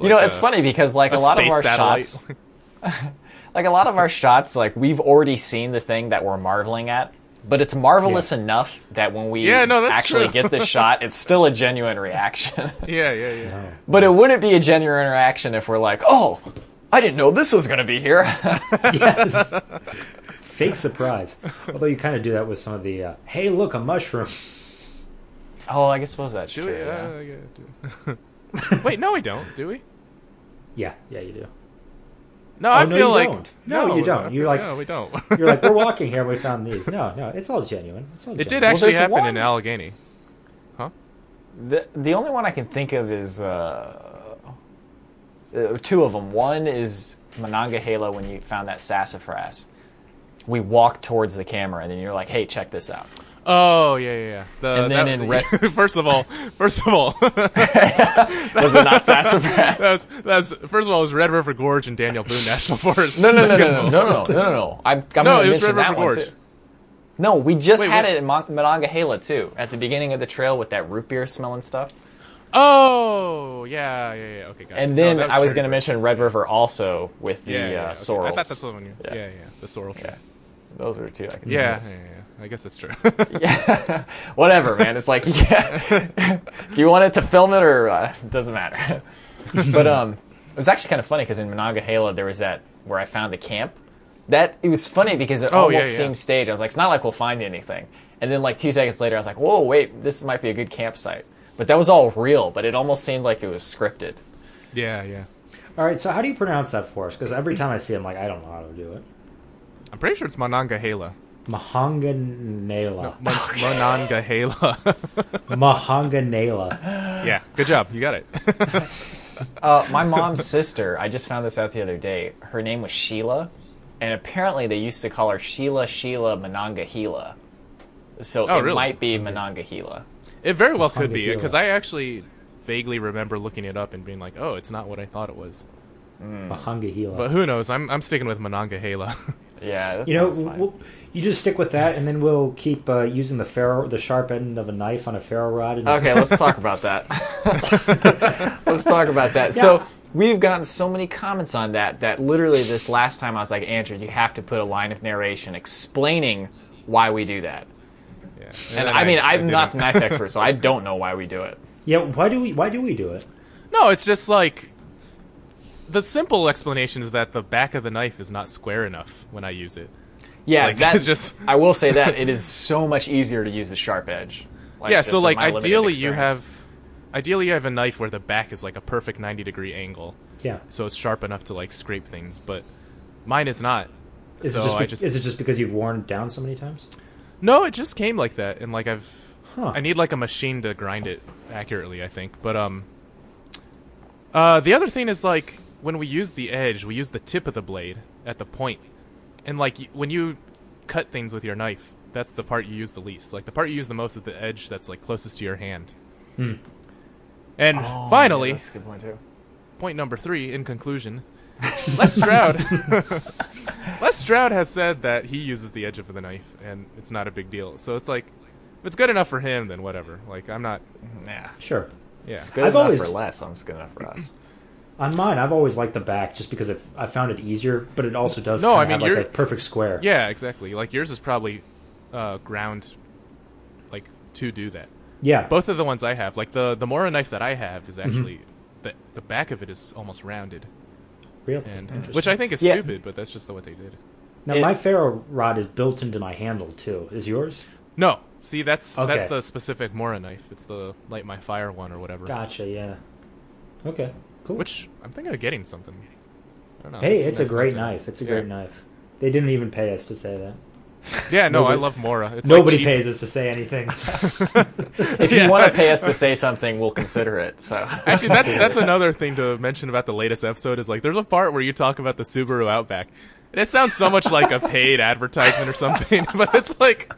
[SPEAKER 1] you know,
[SPEAKER 3] like
[SPEAKER 1] it's
[SPEAKER 3] a-
[SPEAKER 1] funny because like a,
[SPEAKER 3] a
[SPEAKER 1] lot of
[SPEAKER 3] space
[SPEAKER 1] our
[SPEAKER 3] satellite.
[SPEAKER 1] shots, like a lot of our shots, like we've already seen the thing that we're marveling at, but it's marvelous
[SPEAKER 2] Yeah.
[SPEAKER 1] enough that when we
[SPEAKER 3] Yeah, no, that's
[SPEAKER 1] actually
[SPEAKER 3] true.
[SPEAKER 1] get the shot, it's still a genuine reaction.
[SPEAKER 3] yeah, yeah, yeah.
[SPEAKER 1] but it wouldn't be a genuine reaction if we're like, oh. I didn't know this was going to be here.
[SPEAKER 2] yes, fake surprise. Although you kind of do that with some of the uh, hey, look, a mushroom.
[SPEAKER 1] oh, I guess suppose that's
[SPEAKER 3] Do
[SPEAKER 1] true.
[SPEAKER 3] we?
[SPEAKER 1] yeah.
[SPEAKER 3] Uh, yeah, do. Wait, no, we don't. Do we?
[SPEAKER 2] Yeah, yeah, you do.
[SPEAKER 1] Oh,
[SPEAKER 3] No, I
[SPEAKER 2] no, you
[SPEAKER 3] feel like
[SPEAKER 2] don't. No, you don't.
[SPEAKER 3] I
[SPEAKER 2] You're
[SPEAKER 3] feel-
[SPEAKER 2] like-
[SPEAKER 3] no, we don't.
[SPEAKER 2] You're like, we're walking here. We found these. No, no, it's all genuine. It's all
[SPEAKER 3] it did
[SPEAKER 2] genuine.
[SPEAKER 3] actually
[SPEAKER 1] there's
[SPEAKER 3] happen
[SPEAKER 1] one-
[SPEAKER 3] in Allegheny, huh?
[SPEAKER 1] The the only one I can think of is uh, uh, two of them. One is Monongahela when you found that sassafras. We walked towards the camera, and then you're like, "Hey, check this out."
[SPEAKER 3] Oh yeah, yeah. yeah. The,
[SPEAKER 1] And then
[SPEAKER 3] that-
[SPEAKER 1] in Red-
[SPEAKER 3] first of all, first of all, that
[SPEAKER 1] Was it not sassafras?
[SPEAKER 3] was, that was first of all it was Red River Gorge and Daniel Boone National Forest.
[SPEAKER 1] no, no, no, no, no, no, no, no, no, no. I, I'm
[SPEAKER 3] No,
[SPEAKER 1] going
[SPEAKER 3] it
[SPEAKER 1] to
[SPEAKER 3] was Red
[SPEAKER 1] mention
[SPEAKER 3] River
[SPEAKER 1] that one
[SPEAKER 3] Gorge.
[SPEAKER 1] too. No, we just
[SPEAKER 3] Wait,
[SPEAKER 1] had
[SPEAKER 3] what?
[SPEAKER 1] it in Mon- Monongahela too, at the beginning of the trail with that root beer smell and stuff.
[SPEAKER 3] Oh yeah, yeah, yeah. Okay, got it.
[SPEAKER 1] And then
[SPEAKER 3] No, that
[SPEAKER 1] I was
[SPEAKER 3] Cherry
[SPEAKER 1] going to
[SPEAKER 3] Red.
[SPEAKER 1] mention Red River also with the
[SPEAKER 3] yeah, yeah,
[SPEAKER 1] uh,
[SPEAKER 3] yeah, okay.
[SPEAKER 1] sorrels.
[SPEAKER 3] I thought that's the one. You, yeah.
[SPEAKER 1] Yeah.
[SPEAKER 3] yeah, yeah, the sorrel tree.
[SPEAKER 1] Yeah. Mm-hmm. Those are two. I can
[SPEAKER 3] Yeah, yeah, yeah, yeah. I guess that's true.
[SPEAKER 1] yeah, whatever, man. It's like, yeah, do you want it to film it or uh, it doesn't matter. but um, it was actually kind of funny because in Monongahela there was that where I found the camp. That it was funny because it
[SPEAKER 3] Oh, yeah,
[SPEAKER 1] almost
[SPEAKER 3] yeah.
[SPEAKER 1] seemed staged. I was like, it's not like we'll find anything. And then like two seconds later, I was like, whoa, wait, this might be a good campsite. But that was all real. But it almost seemed like it was scripted.
[SPEAKER 3] yeah, yeah.
[SPEAKER 2] All right, so how do you pronounce that for us? Because every time I see it, I'm like, I don't know how to do it.
[SPEAKER 3] I'm pretty sure it's Monongahela.
[SPEAKER 2] Mahanganela.
[SPEAKER 3] Mon- Monongahela.
[SPEAKER 2] Mahanganela.
[SPEAKER 3] yeah, good job. You got it.
[SPEAKER 1] Uh, my mom's sister, I just found this out the other day. Her name was Sheila, and apparently they used to call her Sheila Sheila Monongahela. So
[SPEAKER 3] Oh,
[SPEAKER 1] it
[SPEAKER 3] really?
[SPEAKER 1] might be Monongahela.
[SPEAKER 3] It very well could be
[SPEAKER 2] Monongahela.
[SPEAKER 3] because I actually vaguely remember looking it up and being like, "Oh, it's not what I thought it was."
[SPEAKER 2] Mahangahela.
[SPEAKER 3] But who knows? I'm I'm sticking with Monongahela.
[SPEAKER 1] Yeah, that
[SPEAKER 2] you know,
[SPEAKER 1] sounds fine.
[SPEAKER 2] we'll, you just stick with that, and then we'll keep uh, using the ferro, the sharp end of a knife on a ferro rod. And
[SPEAKER 1] okay, let's talk about that. let's talk about that. So
[SPEAKER 2] Yeah.
[SPEAKER 1] we've gotten so many comments on that that literally this last time I was like, Andrew, you have to put a line of narration explaining why we do that.
[SPEAKER 3] yeah.
[SPEAKER 1] And I mean, I'm not the
[SPEAKER 3] didn't.
[SPEAKER 1] knife expert, so I don't know why we do it.
[SPEAKER 2] Yeah. Why do we? Why do we do it?
[SPEAKER 3] No, it's just like the simple explanation is that the back of the knife is not square enough when I use it.
[SPEAKER 1] Yeah,
[SPEAKER 3] Like,
[SPEAKER 1] that's
[SPEAKER 3] it's just-
[SPEAKER 1] just. I will say that it is so much easier to use the sharp edge. Like,
[SPEAKER 3] yeah,
[SPEAKER 1] just
[SPEAKER 3] so
[SPEAKER 1] in
[SPEAKER 3] like
[SPEAKER 1] my limited
[SPEAKER 3] ideally you
[SPEAKER 1] experience.
[SPEAKER 3] have ideally you have a knife where the back is like a perfect 90 degree angle.
[SPEAKER 2] Yeah.
[SPEAKER 3] So it's sharp enough to like scrape things, but mine is not.
[SPEAKER 2] Is
[SPEAKER 3] so
[SPEAKER 2] it just,
[SPEAKER 3] I
[SPEAKER 2] be-
[SPEAKER 3] just
[SPEAKER 2] Is it just because you've worn it down so many times?
[SPEAKER 3] No, it just came like that, and like I've,
[SPEAKER 2] Huh.
[SPEAKER 3] I need like a machine to grind it accurately. I think, but um, uh, the other thing is like when we use the edge, we use the tip of the blade at the point, and like y- when you cut things with your knife, that's the part you use the least. Like the part you use the most is the edge that's like closest to your hand. And
[SPEAKER 1] Hmm. Oh,
[SPEAKER 3] finally,
[SPEAKER 1] yeah, that's a good point too.
[SPEAKER 3] point number three in conclusion les stroud les stroud has said that he uses the edge of the knife and it's not a big deal so it's like if it's good enough for him then whatever like i'm not
[SPEAKER 1] Yeah,
[SPEAKER 2] Sure.
[SPEAKER 3] yeah
[SPEAKER 1] good
[SPEAKER 2] I've
[SPEAKER 1] enough
[SPEAKER 2] always-
[SPEAKER 1] for less. I'm just good enough for us.
[SPEAKER 2] On mine, I've always liked the back just because it, I found it easier, but it also does
[SPEAKER 3] No,
[SPEAKER 2] kinda
[SPEAKER 3] I mean,
[SPEAKER 2] have like
[SPEAKER 3] you're-
[SPEAKER 2] a perfect square.
[SPEAKER 3] yeah exactly like yours is probably uh ground like to do that
[SPEAKER 2] Yeah.
[SPEAKER 3] both of the ones i have like the the mora knife that i have is actually the the back of it is almost rounded
[SPEAKER 2] Real.
[SPEAKER 3] and
[SPEAKER 2] Interesting.
[SPEAKER 3] which i think is
[SPEAKER 1] Yeah.
[SPEAKER 3] stupid but that's just what they did
[SPEAKER 2] now
[SPEAKER 1] it-
[SPEAKER 2] my ferro rod is built into my handle too. Is yours?
[SPEAKER 3] no see that's that's
[SPEAKER 2] Okay.
[SPEAKER 3] the specific mora knife it's the light my fire one or whatever
[SPEAKER 2] Gotcha. Yeah. Okay. Cool.
[SPEAKER 3] Which I'm thinking of getting something. I don't know.
[SPEAKER 2] hey, it's a
[SPEAKER 3] Nice
[SPEAKER 2] great
[SPEAKER 3] something.
[SPEAKER 2] knife. It's a
[SPEAKER 3] Yeah.
[SPEAKER 2] great knife. They didn't even pay us to say that.
[SPEAKER 3] Yeah, no, I
[SPEAKER 2] Nobody-
[SPEAKER 3] love Mora. It's
[SPEAKER 2] Nobody
[SPEAKER 3] like cheap-
[SPEAKER 2] pays us to say anything.
[SPEAKER 1] If
[SPEAKER 3] Yeah.
[SPEAKER 1] you want to pay us to say something, we'll consider it. So
[SPEAKER 3] Actually, that's that's another thing to mention about the latest episode is like there's a part where you talk about the Subaru Outback, and it sounds so much like a paid advertisement or something, but it's like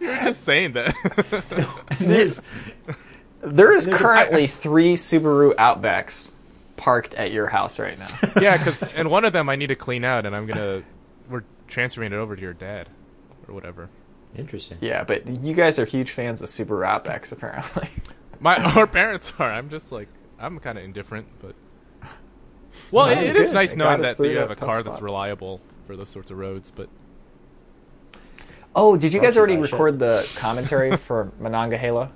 [SPEAKER 3] you were just saying that.
[SPEAKER 1] there's, there is
[SPEAKER 2] There's a-
[SPEAKER 1] currently three Subaru Outbacks parked at your house right now.
[SPEAKER 3] yeah, because and one of them I need to clean out, and I'm gonna we're transferring it over to your dad or whatever.
[SPEAKER 2] Interesting.
[SPEAKER 1] Yeah, but you guys are huge fans of Subaru Outbacks, apparently.
[SPEAKER 3] My our parents are. I'm just like I'm kind of indifferent, but well,
[SPEAKER 1] That
[SPEAKER 3] it,
[SPEAKER 1] was
[SPEAKER 3] it is
[SPEAKER 1] good.
[SPEAKER 3] nice
[SPEAKER 1] It
[SPEAKER 3] knowing
[SPEAKER 1] got us
[SPEAKER 3] that
[SPEAKER 1] through
[SPEAKER 3] you
[SPEAKER 1] that
[SPEAKER 3] have a
[SPEAKER 1] tough
[SPEAKER 3] car
[SPEAKER 1] spot.
[SPEAKER 3] that's reliable for those sorts of roads. But
[SPEAKER 1] Oh, did you guys
[SPEAKER 2] you
[SPEAKER 1] already
[SPEAKER 2] buy shit?
[SPEAKER 1] record the commentary for Monongahela?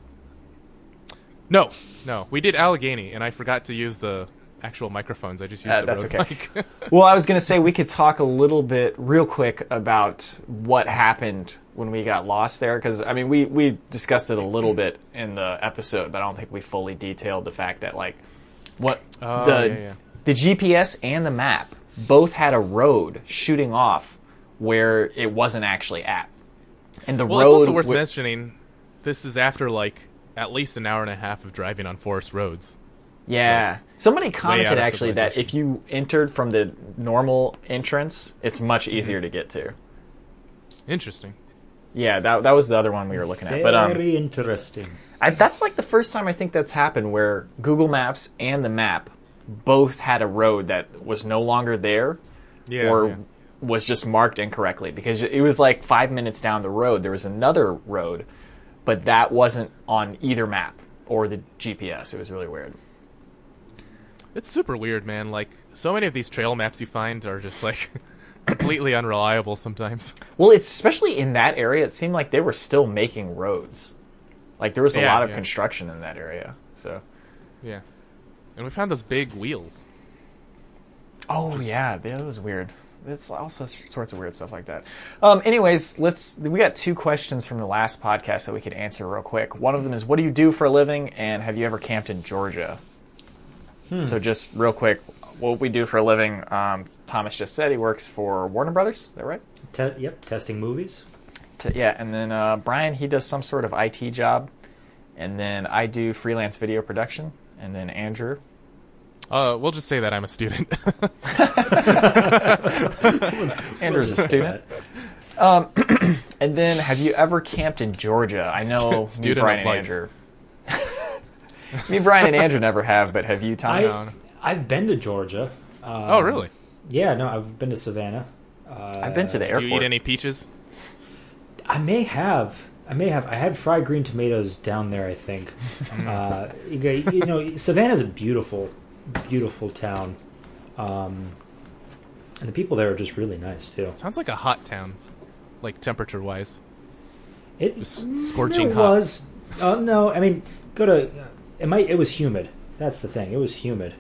[SPEAKER 3] no, no, we did Allegheny, and I forgot to use the actual microphones. I just used
[SPEAKER 1] Uh,
[SPEAKER 3] the
[SPEAKER 1] that's
[SPEAKER 3] road
[SPEAKER 1] okay.
[SPEAKER 3] mic.
[SPEAKER 1] Well, I was going to say we could talk a little bit real quick about what happened when we got lost there because I mean we we discussed it a little bit in the episode, but I don't think we fully detailed the fact that like what
[SPEAKER 3] Oh,
[SPEAKER 1] the
[SPEAKER 3] yeah, yeah.
[SPEAKER 1] the GPS and the map both had a road shooting off where it wasn't actually at. And the
[SPEAKER 3] Well,
[SPEAKER 1] road
[SPEAKER 3] it's also worth
[SPEAKER 1] wa-
[SPEAKER 3] mentioning. This is after like at least an hour and a half of driving on forest roads.
[SPEAKER 1] Yeah. Somebody commented
[SPEAKER 3] out of
[SPEAKER 1] actually that if you entered from the normal entrance, it's much easier to get to.
[SPEAKER 3] Interesting.
[SPEAKER 1] Yeah, that, that was the other one we were looking at. But um,
[SPEAKER 2] Very interesting.
[SPEAKER 1] I, that's like the first time I think that's happened where Google Maps and the map both had a road that was no longer there
[SPEAKER 3] Yeah.
[SPEAKER 1] or
[SPEAKER 3] yeah.
[SPEAKER 1] was just marked incorrectly because it was like five minutes down the road there was another road, but that wasn't on either map or the GPS. It was really weird.
[SPEAKER 3] It's super weird, man. Like so many of these trail maps you find are just like completely unreliable sometimes.
[SPEAKER 1] Well, it's especially in that area. It seemed like they were still making roads. Like there was a
[SPEAKER 3] Yeah,
[SPEAKER 1] lot of
[SPEAKER 3] yeah.
[SPEAKER 1] construction in that area. So.
[SPEAKER 3] Yeah. And we found those big wheels.
[SPEAKER 1] Oh yeah, that was weird. It's also s- sorts of weird stuff like that. Um, anyways, let's. We got two questions from the last podcast that we could answer real quick. One of them is, "What do you do for a living?" and "Have you ever camped in Georgia?"
[SPEAKER 2] Hmm.
[SPEAKER 1] So just real quick, what we do for a living. Um, Thomas just said he works for Warner Brothers. Is that right?
[SPEAKER 2] Te- yep, testing movies.
[SPEAKER 1] T- yeah, and then uh, Brian he does some sort of IT job, and then I do freelance video production, and then Andrew.
[SPEAKER 3] Uh, we'll just say that I'm a student.
[SPEAKER 1] Andrew's a student. Um, And then, have you ever camped in Georgia? I know me,
[SPEAKER 3] Student of
[SPEAKER 1] Brian, and
[SPEAKER 3] life.
[SPEAKER 1] Andrew. me, Brian, and Andrew never have, but have you, Thomas?
[SPEAKER 3] No,
[SPEAKER 2] I,
[SPEAKER 3] no.
[SPEAKER 2] I've been to Georgia. Um,
[SPEAKER 3] oh, really?
[SPEAKER 2] Yeah, no, I've been to Savannah. Uh,
[SPEAKER 1] I've been to the
[SPEAKER 3] Do
[SPEAKER 1] Um, airport.
[SPEAKER 3] you eat any peaches?
[SPEAKER 2] I may have. I may have. I had fried green tomatoes down there. I think. uh, you, go- you know, Savannah's a beautiful, beautiful town, um, and the people there are just really nice too.
[SPEAKER 3] Sounds like a hot town, like temperature wise.
[SPEAKER 2] It
[SPEAKER 3] Just scorching
[SPEAKER 2] it
[SPEAKER 3] hot.
[SPEAKER 2] was. Uh, no, I mean, go to. It might. It was humid. That's the thing. It was humid.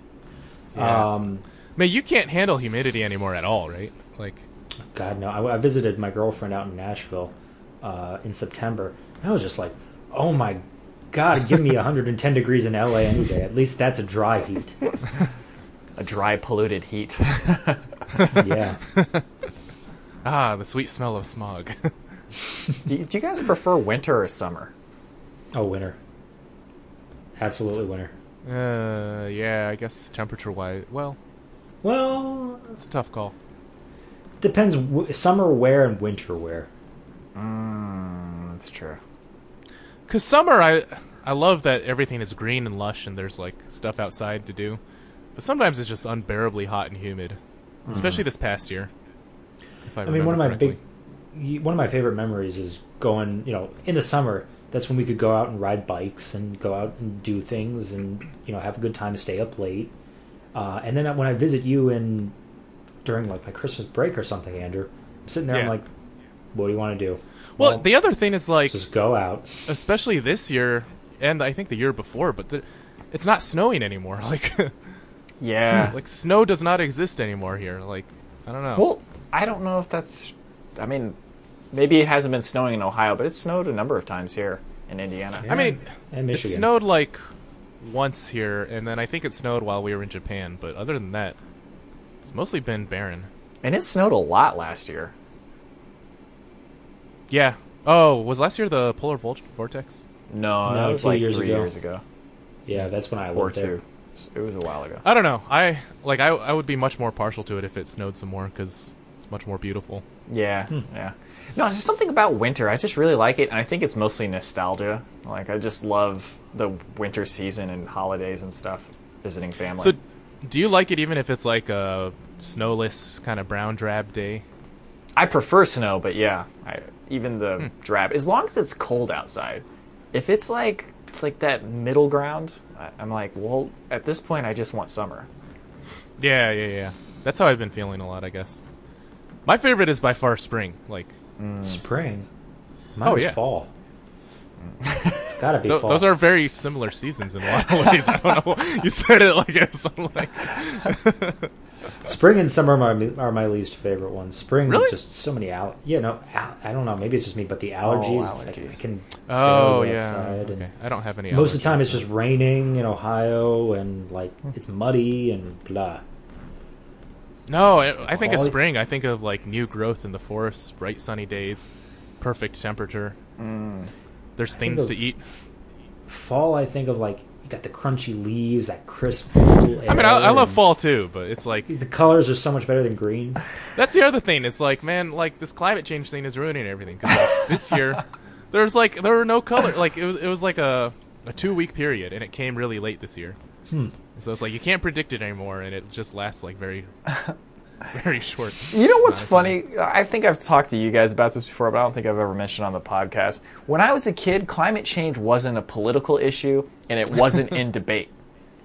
[SPEAKER 3] Yeah.
[SPEAKER 2] Um,
[SPEAKER 3] Man, you can't handle humidity anymore at all, right? Like,
[SPEAKER 2] God no! I, I visited my girlfriend out in Nashville uh, in September. And I was just like, "Oh my God! Give me 110 degrees in LA any day. At least that's a dry heat."
[SPEAKER 1] A dry, polluted heat.
[SPEAKER 2] Yeah.
[SPEAKER 3] ah, the sweet smell of smog.
[SPEAKER 1] do, you, do you guys prefer winter or summer?
[SPEAKER 2] Oh, winter. Absolutely winter.
[SPEAKER 3] uh, yeah, I guess temperature wise. Well,
[SPEAKER 2] Well,
[SPEAKER 3] it's a tough call.
[SPEAKER 2] depends. W- summer wear and winter wear.
[SPEAKER 1] Mm, that's true.
[SPEAKER 3] Cause summer, I I love that everything is green and lush, and there's like stuff outside to do. But sometimes it's just unbearably hot and humid, especially this past year. If I,
[SPEAKER 2] Mm-hmm. I mean, one of my
[SPEAKER 3] remember correctly.
[SPEAKER 2] big, y- one of my favorite memories is going. You know, in the summer, that's when we could go out and ride bikes and go out and do things and you know have a good time, stay up late. Uh, and then when I visit you in during like my Christmas break or something, Andrew, I'm sitting there. I'm
[SPEAKER 3] Yeah.
[SPEAKER 2] like, what do you want to do?
[SPEAKER 3] Well, the other thing is like,
[SPEAKER 2] just go out.
[SPEAKER 3] especially this year, and I think the year before, but the, it's not snowing anymore. Like,
[SPEAKER 1] Yeah.
[SPEAKER 3] Hmm. like snow does not exist anymore here. Like, I don't know.
[SPEAKER 1] Well, I don't know if that's. I mean, maybe it hasn't been snowing in Ohio, but it's snowed a number of times here in Indiana.
[SPEAKER 3] I mean,
[SPEAKER 2] and
[SPEAKER 3] it
[SPEAKER 2] Michigan.
[SPEAKER 3] snowed like once here, and then I think it snowed while we were in Japan. But other than that, it's mostly been barren.
[SPEAKER 1] And it snowed a lot last year.
[SPEAKER 3] Yeah. Oh, was last year the polar vol- vortex?
[SPEAKER 1] No, that
[SPEAKER 2] No,
[SPEAKER 1] was
[SPEAKER 2] two
[SPEAKER 1] like
[SPEAKER 2] years
[SPEAKER 1] three
[SPEAKER 2] ago.
[SPEAKER 1] years ago
[SPEAKER 2] Yeah, that's when I
[SPEAKER 1] or
[SPEAKER 2] lived there.
[SPEAKER 1] two. It was a while ago.
[SPEAKER 3] I don't know. I like. I I would be much more partial to it if it snowed some more because it's much more beautiful.
[SPEAKER 1] Yeah, yeah. No, it's just something about winter. I just really like it, and I think it's mostly nostalgia. Like I just love the winter season and holidays and stuff. Visiting family.
[SPEAKER 3] So, do you like it even if it's like a snowless kind of brown drab day?
[SPEAKER 1] I prefer snow, but yeah, I, even the drab. As long as it's cold outside. If it's like like that middle ground, I, I'm like, well, at this point, I just want summer.
[SPEAKER 3] Yeah, yeah, yeah. That's how I've been feeling a lot, I guess. My favorite is by far spring. Like
[SPEAKER 2] Spring. Mine
[SPEAKER 3] Oh,
[SPEAKER 2] is
[SPEAKER 3] yeah.
[SPEAKER 2] fall. it's got to be
[SPEAKER 3] th-
[SPEAKER 2] fall.
[SPEAKER 3] those are very similar seasons in a lot of ways. I don't know. You said it like it was I'm like
[SPEAKER 2] Spring and summer are my, are my least favorite ones. Spring,
[SPEAKER 3] Really?
[SPEAKER 2] just so many out. Yeah, no, al- I don't know. Maybe it's just me, but the allergies. it's
[SPEAKER 1] Oh,
[SPEAKER 2] like
[SPEAKER 1] allergies.
[SPEAKER 2] I can.
[SPEAKER 3] Oh
[SPEAKER 2] barely
[SPEAKER 3] yeah.
[SPEAKER 2] outside and-
[SPEAKER 3] Okay. I don't have any.
[SPEAKER 2] most of the time,
[SPEAKER 3] allergies,
[SPEAKER 2] it's
[SPEAKER 3] so-
[SPEAKER 2] just raining in Ohio and like it's muddy and blah.
[SPEAKER 3] No, I I think of
[SPEAKER 2] Quality-
[SPEAKER 3] spring. I think of like new growth in the forest, bright sunny days, perfect temperature. There's things
[SPEAKER 2] of-
[SPEAKER 3] to eat.
[SPEAKER 2] Fall, I think of like you got the crunchy leaves, that crisp. cool
[SPEAKER 3] I mean,
[SPEAKER 2] air,
[SPEAKER 3] I, I love
[SPEAKER 2] and
[SPEAKER 3] fall too, but it's like
[SPEAKER 2] The colors are so much better than green.
[SPEAKER 3] that's the other thing. It's like, man, like this climate change thing is ruining everything. 'Cause, like, this year, there's like there were no color. Like it was it was like a a two week period, and it came really late this year. So it's like you can't predict it anymore, and it just lasts like very, very short. Uh,
[SPEAKER 1] You know what's funny? I think I've talked to you guys about this before, but I don't think I've ever mentioned on the podcast. When I was a kid, climate change wasn't a political issue and it wasn't in debate.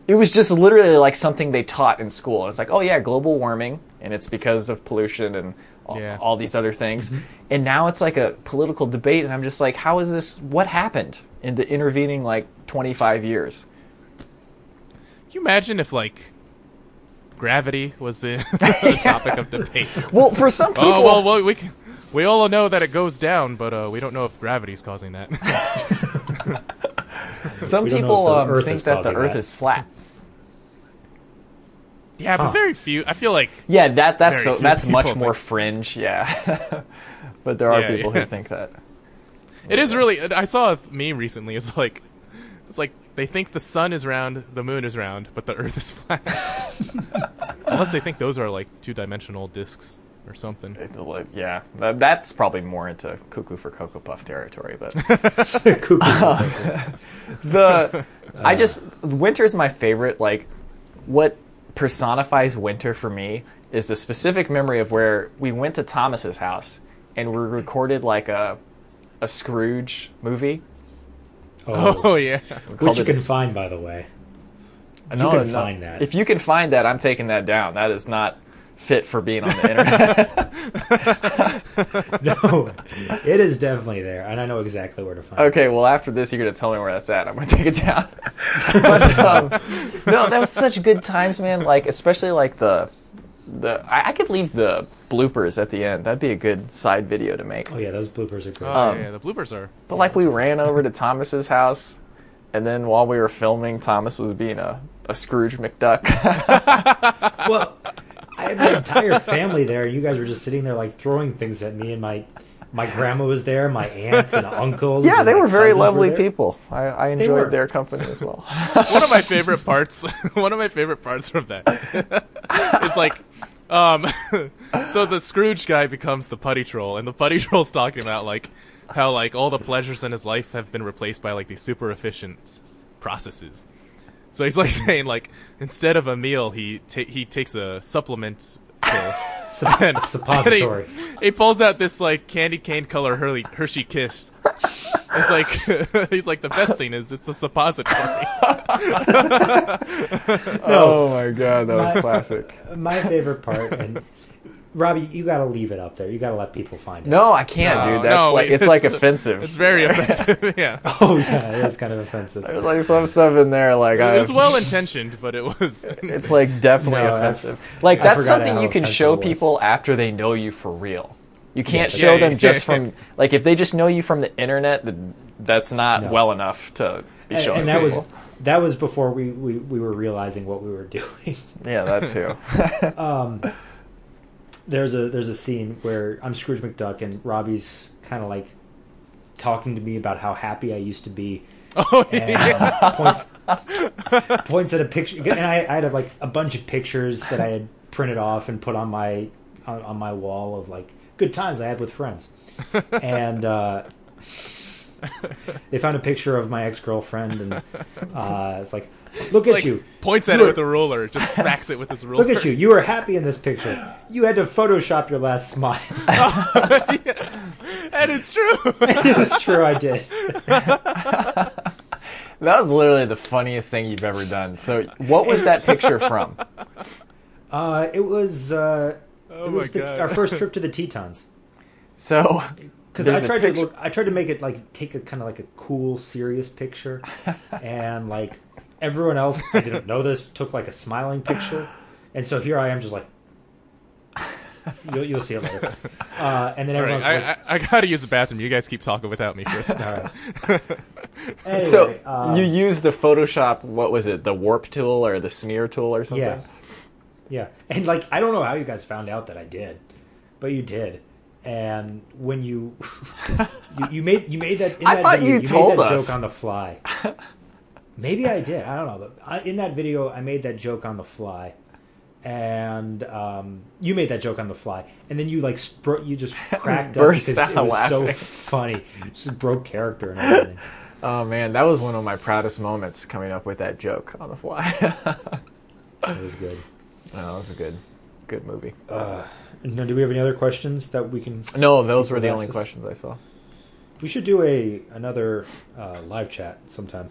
[SPEAKER 1] It was just literally like something they taught in school. It's like, oh yeah, global warming, and it's because of pollution and all,
[SPEAKER 3] Yeah.
[SPEAKER 1] all these other things.
[SPEAKER 2] Mm-hmm.
[SPEAKER 1] And now it's like a political debate, and I'm just like, how is this? What happened in the intervening like 25 years?
[SPEAKER 3] Can you imagine if like gravity was the, the topic of debate?
[SPEAKER 1] Well, for some people,
[SPEAKER 3] Oh well, well we c- we all know that it goes down, but uh, we don't know if gravity's causing that.
[SPEAKER 1] some
[SPEAKER 2] we don't know
[SPEAKER 1] people
[SPEAKER 2] if the
[SPEAKER 1] um,
[SPEAKER 2] Earth
[SPEAKER 1] think
[SPEAKER 2] is
[SPEAKER 1] that the
[SPEAKER 2] causing
[SPEAKER 1] Earth
[SPEAKER 2] that.
[SPEAKER 1] is flat.
[SPEAKER 3] yeah, but
[SPEAKER 2] Huh.
[SPEAKER 3] very few. I feel like
[SPEAKER 1] Yeah, that that's
[SPEAKER 3] Very
[SPEAKER 1] so,
[SPEAKER 3] few
[SPEAKER 1] that's
[SPEAKER 3] people
[SPEAKER 1] much
[SPEAKER 3] think-
[SPEAKER 1] more fringe. Yeah, but there are
[SPEAKER 3] Yeah,
[SPEAKER 1] people
[SPEAKER 3] yeah.
[SPEAKER 1] who think that.
[SPEAKER 3] it is really. I saw a meme recently. It's like it's like they think the sun is round, the moon is round, but the Earth is flat. Unless they think those are like two dimensional discs or something.
[SPEAKER 1] Yeah, that, that's probably more into cuckoo for cocoa puff territory. But
[SPEAKER 2] Cuckoo.
[SPEAKER 1] Oh, the I just winter is my favorite. Like what personifies winter for me is the specific memory of where we went to Thomas's house and we recorded like a a Scrooge movie.
[SPEAKER 2] Oh,
[SPEAKER 3] Oh yeah,
[SPEAKER 1] called
[SPEAKER 2] which you
[SPEAKER 1] it
[SPEAKER 2] can
[SPEAKER 1] a-
[SPEAKER 2] find, by the way.
[SPEAKER 1] No,
[SPEAKER 2] can
[SPEAKER 1] no.
[SPEAKER 2] find that.
[SPEAKER 1] If you can find that, I'm taking that down. That is not fit for being on the internet.
[SPEAKER 2] No, it is definitely there, and I know exactly where to find. it.
[SPEAKER 1] Okay, well, after this, you're gonna tell me where that's at. I'm gonna take it down. but, um, no, that was such good times, man. Like, especially like the the I, I could leave the bloopers at the end. That'd be a good side video to make.
[SPEAKER 2] Oh yeah, those bloopers are great.
[SPEAKER 3] oh
[SPEAKER 1] Um,
[SPEAKER 3] yeah. The bloopers are.
[SPEAKER 1] But like, we ran over to Thomas's house, and then while we were filming, Thomas was being a a Scrooge McDuck.
[SPEAKER 2] well, I had my entire family there, and you guys were just sitting there like throwing things at me, and my my grandma was there, my aunts and uncles.
[SPEAKER 1] yeah,
[SPEAKER 2] and
[SPEAKER 1] they
[SPEAKER 2] my
[SPEAKER 1] were very
[SPEAKER 2] cousins
[SPEAKER 1] lovely
[SPEAKER 2] there.
[SPEAKER 1] people. I, I enjoyed
[SPEAKER 2] were.
[SPEAKER 1] their company as well.
[SPEAKER 3] one of my favorite parts one of my favorite parts from that is like um so the scrooge guy becomes the putty troll and the putty troll's talking about like how like all the pleasures in his life have been replaced by like these super efficient processes so he's like saying like instead of a meal he ta- he takes a supplement pill and,
[SPEAKER 2] suppository.
[SPEAKER 3] and he, he pulls out this like candy cane color Hurley, Hershey Kiss. It's like he's like the best thing is it's a suppository.
[SPEAKER 1] Oh my god, that was
[SPEAKER 2] My-
[SPEAKER 1] classic.
[SPEAKER 2] My favorite part, and Robbie, you got to leave it up there. You got to let people find it.
[SPEAKER 1] No, I can't,
[SPEAKER 3] Oh, No,
[SPEAKER 1] dude. That's
[SPEAKER 3] no,
[SPEAKER 1] like
[SPEAKER 3] wait,
[SPEAKER 1] it's like
[SPEAKER 3] it's-
[SPEAKER 1] offensive.
[SPEAKER 3] It's very offensive. Yeah,
[SPEAKER 2] Oh yeah, it is kind of offensive.
[SPEAKER 1] There's like some stuff in there, like
[SPEAKER 3] it
[SPEAKER 1] I,
[SPEAKER 3] was well intentioned, but it was.
[SPEAKER 1] it's like definitely
[SPEAKER 2] No, I-
[SPEAKER 1] offensive. Like
[SPEAKER 2] I
[SPEAKER 1] that's
[SPEAKER 2] forgot
[SPEAKER 1] something
[SPEAKER 2] how
[SPEAKER 1] you can
[SPEAKER 2] offensive
[SPEAKER 1] show
[SPEAKER 2] it was.
[SPEAKER 1] people after they know you for real. You can't
[SPEAKER 3] Yeah,
[SPEAKER 1] show
[SPEAKER 3] yeah,
[SPEAKER 1] them
[SPEAKER 3] yeah.
[SPEAKER 1] just from like if they just know you from the internet. Then that's not
[SPEAKER 2] No.
[SPEAKER 1] well enough to be
[SPEAKER 2] and,
[SPEAKER 1] showing.
[SPEAKER 2] and that was
[SPEAKER 1] people.
[SPEAKER 2] that was before we, we we were realizing what we were doing.
[SPEAKER 1] yeah, that too.
[SPEAKER 2] there's a there's a scene where I'm Scrooge McDuck and Robbie's kind of like talking to me about how happy I used to be.
[SPEAKER 3] oh
[SPEAKER 2] And
[SPEAKER 3] yeah.
[SPEAKER 2] uh, points points at a picture, and I, I had like a bunch of pictures that I had printed off and put on my on, on my wall of like good times I had with friends, and uh, they found a picture of my ex girlfriend, and uh, it's like, look at
[SPEAKER 3] Like,
[SPEAKER 2] you,
[SPEAKER 3] points at
[SPEAKER 2] You
[SPEAKER 3] it
[SPEAKER 2] were-
[SPEAKER 3] with a ruler, just smacks it with his ruler.
[SPEAKER 2] Look at you. You were happy in this picture. You had to Photoshop your last smile.
[SPEAKER 3] and it's true.
[SPEAKER 2] it was true, I did.
[SPEAKER 1] that was literally the funniest thing you've ever done. So, what was that picture from?
[SPEAKER 2] Uh, it was, uh,
[SPEAKER 3] Oh
[SPEAKER 2] it
[SPEAKER 3] my
[SPEAKER 2] was the,
[SPEAKER 3] god.
[SPEAKER 2] our first trip to the Tetons.
[SPEAKER 1] So,
[SPEAKER 2] Because
[SPEAKER 1] there's
[SPEAKER 2] I
[SPEAKER 1] a
[SPEAKER 2] tried
[SPEAKER 1] picture-
[SPEAKER 2] to look, I tried to make it like take a kind of like a cool, serious picture, and like everyone else, I didn't know this, took like a smiling picture, and so here I am, just like you'll, you'll see it later. Uh, and then
[SPEAKER 3] All right,
[SPEAKER 2] everyone's
[SPEAKER 3] I,
[SPEAKER 2] like,
[SPEAKER 3] I, I gotta use the bathroom. You guys keep talking without me for a second.
[SPEAKER 2] all right. Anyway,
[SPEAKER 1] So
[SPEAKER 2] um,
[SPEAKER 1] you used the Photoshop. What was it? The warp tool or the smear tool or something?
[SPEAKER 2] yeah, Yeah. And like I don't know how you guys found out that I did, but you did. And when you you, you made you made that in
[SPEAKER 1] I
[SPEAKER 2] that
[SPEAKER 1] thought
[SPEAKER 2] video,
[SPEAKER 1] you told
[SPEAKER 2] made that
[SPEAKER 1] us.
[SPEAKER 2] joke on the fly. Maybe I did. I don't know. But I, in that video, I made that joke on the fly, and um, you made that joke on the fly, and then you like spro- you just cracked up
[SPEAKER 1] Burst
[SPEAKER 2] because it
[SPEAKER 1] out
[SPEAKER 2] was so
[SPEAKER 1] laughing.
[SPEAKER 2] funny. Just broke character and everything.
[SPEAKER 1] Oh man, that was one of my proudest moments coming up with that joke on the fly. Oh,
[SPEAKER 2] It was good. Uh,
[SPEAKER 1] that was a good, good movie.
[SPEAKER 2] Now, do we have any other questions that we can?
[SPEAKER 1] No, those were the only
[SPEAKER 2] Glasses.
[SPEAKER 1] questions I saw.
[SPEAKER 2] We should do a another uh, live chat sometime.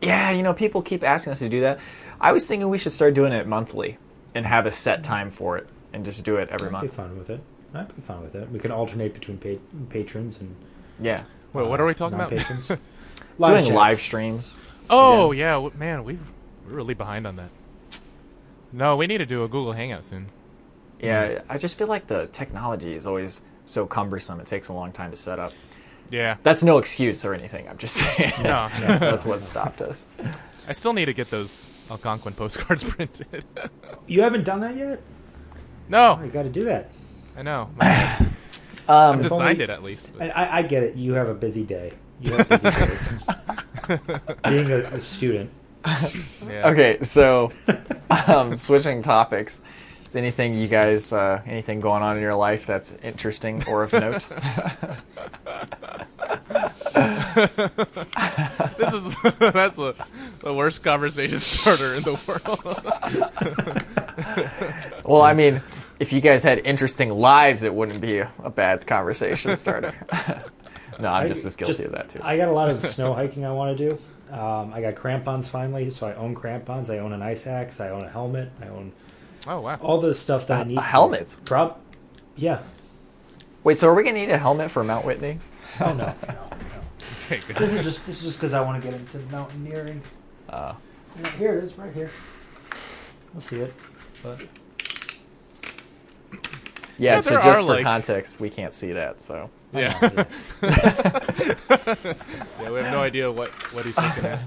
[SPEAKER 1] Yeah, you know, people keep asking us to do that. I was thinking we should start doing it monthly and have a set time for it and just do it every
[SPEAKER 2] I'd be
[SPEAKER 1] month.
[SPEAKER 2] fine with it. I'd be fine with it. We can alternate between pa- patrons and
[SPEAKER 1] Yeah.
[SPEAKER 3] Wait, what are we talking
[SPEAKER 2] Uh,
[SPEAKER 3] about?
[SPEAKER 2] non-patrons.
[SPEAKER 1] Doing
[SPEAKER 2] chats.
[SPEAKER 1] live streams.
[SPEAKER 3] oh yeah, w- man, we we're really behind on that. No, we need to do a Google Hangout soon.
[SPEAKER 1] Yeah, I just feel like the technology is always so cumbersome. It takes a long time to set up.
[SPEAKER 3] Yeah.
[SPEAKER 1] That's no excuse or anything. I'm just saying.
[SPEAKER 3] No.
[SPEAKER 1] That's what stopped us.
[SPEAKER 3] I still need to get those Algonquin postcards printed.
[SPEAKER 2] You haven't done that yet. Oh,
[SPEAKER 3] no,
[SPEAKER 2] you got to do that.
[SPEAKER 3] I know.
[SPEAKER 1] Um,
[SPEAKER 3] I've
[SPEAKER 2] If only-
[SPEAKER 3] designed it at least. but-
[SPEAKER 2] I, I, I get it. You have a busy day. You have busy days. Being a, a student.
[SPEAKER 3] yeah.
[SPEAKER 1] okay, so um, switching topics. Is anything you guys, uh, anything going on in your life that's interesting or of note?
[SPEAKER 3] This is that's the, the worst conversation starter in the world.
[SPEAKER 1] well, I mean, if you guys had interesting lives, it wouldn't be a, a bad conversation starter. no, I'm just as guilty of that too.
[SPEAKER 2] I got a lot of snow hiking I want to do. Um, I got crampons finally, so I own crampons. I own an ice axe. I own a helmet. I own
[SPEAKER 3] oh wow.
[SPEAKER 2] all the stuff that I need.
[SPEAKER 1] a helmet?
[SPEAKER 2] Prob. Yeah.
[SPEAKER 1] Wait, so are we gonna need a helmet for Mount Whitney?
[SPEAKER 2] Oh no.
[SPEAKER 3] Okay, good.
[SPEAKER 2] This is just this is just because I want to get into mountaineering.
[SPEAKER 1] Uh,
[SPEAKER 2] Yeah, Here it is, right here. We'll see it. But
[SPEAKER 1] yeah,
[SPEAKER 3] Yeah,
[SPEAKER 1] so
[SPEAKER 3] there
[SPEAKER 1] just for
[SPEAKER 3] are, like-
[SPEAKER 1] context, we can't see that. So
[SPEAKER 3] Yeah. yeah, we have no idea what, what he's looking at.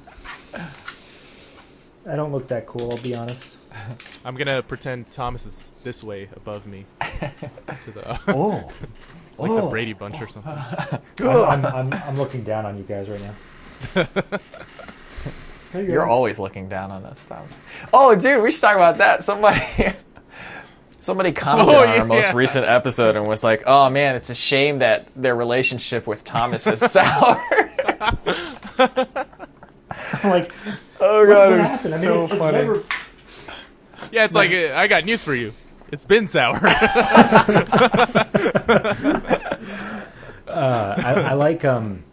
[SPEAKER 2] I don't look that cool. I'll be honest.
[SPEAKER 3] I'm gonna pretend Thomas is this way above me. To the uh,
[SPEAKER 1] oh,
[SPEAKER 3] like the Brady Bunch or something.
[SPEAKER 2] I'm, I'm, I'm, I'm looking down on you guys right now. Hey,
[SPEAKER 1] You're
[SPEAKER 2] guys.
[SPEAKER 1] always looking down on us, Tom. Oh, dude, we should talk about that. Somebody, somebody commented
[SPEAKER 3] Oh,
[SPEAKER 1] on our most
[SPEAKER 3] yeah.
[SPEAKER 1] recent episode and was like, "Oh man, it's a shame that their relationship with Thomas is sour."
[SPEAKER 2] I'm like,
[SPEAKER 1] oh
[SPEAKER 2] what,
[SPEAKER 1] god,
[SPEAKER 2] what
[SPEAKER 1] it was
[SPEAKER 2] happened? I mean,
[SPEAKER 1] so
[SPEAKER 2] it's, it's
[SPEAKER 1] funny.
[SPEAKER 2] never-
[SPEAKER 3] Yeah, it's like uh, I got news for you. It's been sour.
[SPEAKER 2] uh, I, I like um,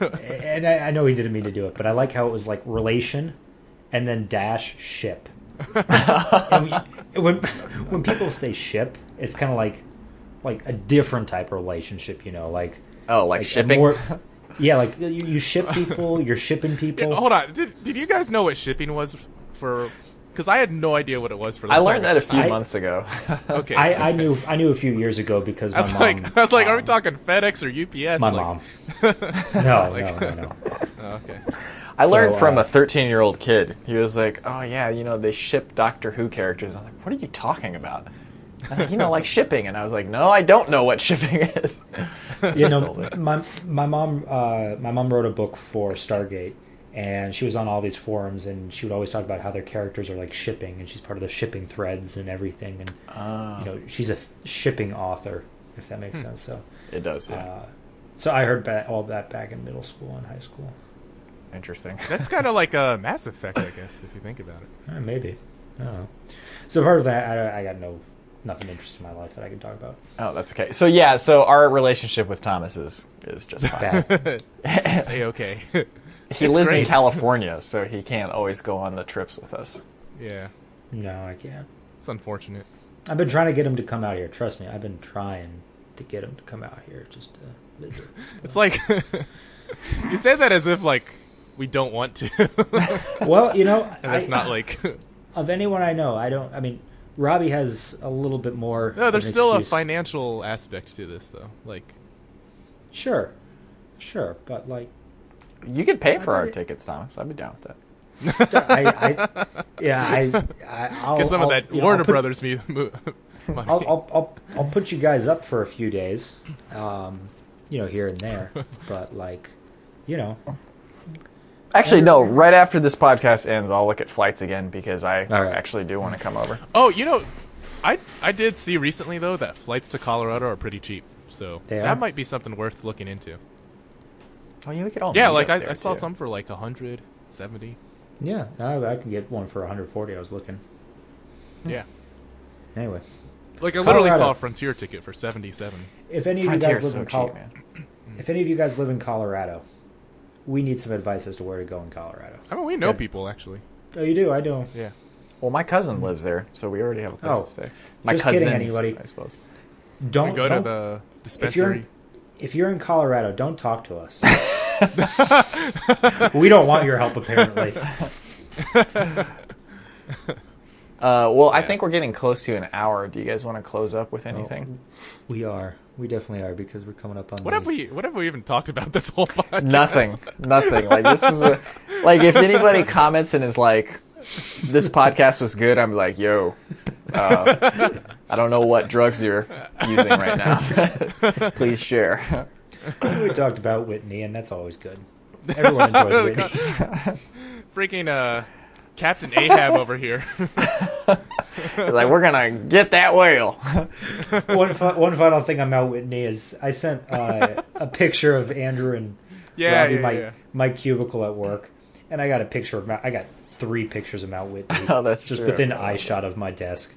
[SPEAKER 2] and I, I know he didn't mean to do it, but I like how it was like relation, and then dash ship. And we- when when people say ship, it's kind of like like a different type of relationship, you know, like
[SPEAKER 3] Uh,
[SPEAKER 1] Oh, like,
[SPEAKER 2] like a
[SPEAKER 1] shipping.
[SPEAKER 2] more- yeah, like you, you ship people, you're shipping people.
[SPEAKER 3] Hold on. Did, did you guys know what shipping was for? Because I had no idea what it was for. The
[SPEAKER 1] I learned that a
[SPEAKER 3] longest
[SPEAKER 1] few
[SPEAKER 2] I-
[SPEAKER 1] months ago.
[SPEAKER 3] time. Okay.
[SPEAKER 2] I, I knew I knew a few years ago because my
[SPEAKER 3] I was
[SPEAKER 2] mom.
[SPEAKER 3] like, I was like, are we
[SPEAKER 2] um,
[SPEAKER 3] talking FedEx or UPS?
[SPEAKER 2] My
[SPEAKER 3] Like-
[SPEAKER 2] mom. No,
[SPEAKER 3] Like-
[SPEAKER 2] no, no, no.
[SPEAKER 3] Oh, okay.
[SPEAKER 1] I learned
[SPEAKER 2] So,
[SPEAKER 1] from
[SPEAKER 2] uh,
[SPEAKER 1] a 13 year old kid. He was like, "Oh yeah, you know they ship Doctor Who characters." I'm like, "What are you talking about?" I'm like, you know, like shipping, and I was like, "No, I don't know what shipping is."
[SPEAKER 2] You know,
[SPEAKER 1] Totally.
[SPEAKER 2] my my mom uh, my mom wrote a book for Stargate, and she was on all these forums, and she would always talk about how their characters are like shipping, and she's part of the shipping threads and everything, and
[SPEAKER 1] Ah,
[SPEAKER 2] you know, she's a shipping author, if that makes sense. So,
[SPEAKER 1] It does. Yeah.
[SPEAKER 2] uh, so I heard ba- all that back in middle school and high school.
[SPEAKER 1] Interesting.
[SPEAKER 3] That's kind of like a Mass Effect, I guess, if you think about it.
[SPEAKER 2] Uh, maybe. I don't know. So part of that, I, I got no nothing interesting in my life that I can talk about.
[SPEAKER 1] Oh, that's okay. So yeah, so our relationship with Thomas is is just fine.
[SPEAKER 2] Bad.
[SPEAKER 3] It's a okay.
[SPEAKER 1] he
[SPEAKER 3] It's
[SPEAKER 1] lives in
[SPEAKER 3] great.
[SPEAKER 1] California, so he can't always go on the trips with us.
[SPEAKER 3] yeah,
[SPEAKER 2] no, I can't.
[SPEAKER 3] it's unfortunate.
[SPEAKER 2] I've been trying to get him to come out here. Trust me, I've been trying to get him to come out here just to visit.
[SPEAKER 3] It's like you say that as if like we don't want to.
[SPEAKER 2] well, you know,
[SPEAKER 3] and there's
[SPEAKER 2] I-
[SPEAKER 3] not like
[SPEAKER 2] of anyone I know, I don't. I mean, Robbie has a little bit more.
[SPEAKER 3] no.
[SPEAKER 2] of
[SPEAKER 3] There's
[SPEAKER 2] an
[SPEAKER 3] still a
[SPEAKER 2] excuse.
[SPEAKER 3] financial aspect to this though. Like
[SPEAKER 2] Sure, sure, but like,
[SPEAKER 1] You could pay for
[SPEAKER 2] I
[SPEAKER 1] our
[SPEAKER 2] did it.
[SPEAKER 1] tickets, Thomas. I'd be down with that.
[SPEAKER 2] I, I, yeah, I, I I'll,
[SPEAKER 3] Get some
[SPEAKER 2] I'll,
[SPEAKER 3] of that
[SPEAKER 2] you know,
[SPEAKER 3] Warner
[SPEAKER 2] I'll put-
[SPEAKER 3] Brothers mu- mu- money.
[SPEAKER 2] I'll, I'll, I'll, I'll put you guys up for a few days, um, you know, here and there, but like, you know,
[SPEAKER 1] Actually, no. Right after this podcast ends, I'll look at flights again because I
[SPEAKER 2] All right.
[SPEAKER 1] actually do want to come over.
[SPEAKER 3] Oh, you know, I I did see recently though that flights to Colorado are pretty cheap, so
[SPEAKER 2] They
[SPEAKER 3] that
[SPEAKER 2] are?
[SPEAKER 3] might be something worth looking into.
[SPEAKER 1] Oh yeah, we could all.
[SPEAKER 3] Yeah,
[SPEAKER 1] meet
[SPEAKER 3] like
[SPEAKER 1] up
[SPEAKER 3] I,
[SPEAKER 1] there,
[SPEAKER 3] I saw
[SPEAKER 1] too.
[SPEAKER 3] some for like a hundred seventy.
[SPEAKER 2] yeah, I, I can get one for 140. I was looking Hmm.
[SPEAKER 3] Yeah,
[SPEAKER 2] anyway.
[SPEAKER 3] like I literally
[SPEAKER 2] Colorado.
[SPEAKER 3] saw a Frontier ticket for seventy seven.
[SPEAKER 2] If any of you
[SPEAKER 1] Frontier's
[SPEAKER 2] guys live
[SPEAKER 1] so
[SPEAKER 2] in
[SPEAKER 1] cheap,
[SPEAKER 2] Col-
[SPEAKER 1] man.
[SPEAKER 2] if any of you guys live in Colorado, we need some advice as to where to go in Colorado.
[SPEAKER 3] I mean, we know
[SPEAKER 2] Good.
[SPEAKER 3] people actually.
[SPEAKER 2] Oh, you do? I do.
[SPEAKER 3] Yeah,
[SPEAKER 1] Well, my cousin lives there, so we already have a place
[SPEAKER 2] Oh,
[SPEAKER 1] to stay. My
[SPEAKER 2] just kidding,
[SPEAKER 1] cousins,
[SPEAKER 2] anybody.
[SPEAKER 1] I suppose.
[SPEAKER 2] Don't
[SPEAKER 3] we go to
[SPEAKER 2] don't-
[SPEAKER 3] the
[SPEAKER 2] if you're
[SPEAKER 3] dispensary.
[SPEAKER 2] if you're in Colorado, don't talk to us. we don't want your help, apparently.
[SPEAKER 1] Uh, well, I
[SPEAKER 3] Yeah.
[SPEAKER 1] think we're getting close to an hour. Do you guys want to close up with anything?
[SPEAKER 3] Oh.
[SPEAKER 2] We are. We definitely are because we're coming up on.
[SPEAKER 3] What
[SPEAKER 2] the-
[SPEAKER 3] have we? What have we even talked about this whole podcast?
[SPEAKER 1] Nothing. Nothing. Like this is a, like if anybody comments and is like, "This podcast was good," I'm like, "Yo, uh, I don't know what drugs you're using right now. Please share."
[SPEAKER 2] We talked about Whitney, and that's always good. Everyone enjoys Whitney.
[SPEAKER 3] Freaking uh, Captain Ahab over here.
[SPEAKER 1] like we're gonna get that whale.
[SPEAKER 2] one, fi- one final thing I'm out Whitney is I sent uh, a picture of Andrew and
[SPEAKER 3] Yeah,
[SPEAKER 2] Robbie
[SPEAKER 3] yeah,
[SPEAKER 2] my
[SPEAKER 3] yeah.
[SPEAKER 2] my cubicle at work, and I got a picture of Mount, I got three pictures of Mount Whitney.
[SPEAKER 1] Oh, that's
[SPEAKER 2] just
[SPEAKER 1] true.
[SPEAKER 2] within eye shot of my desk.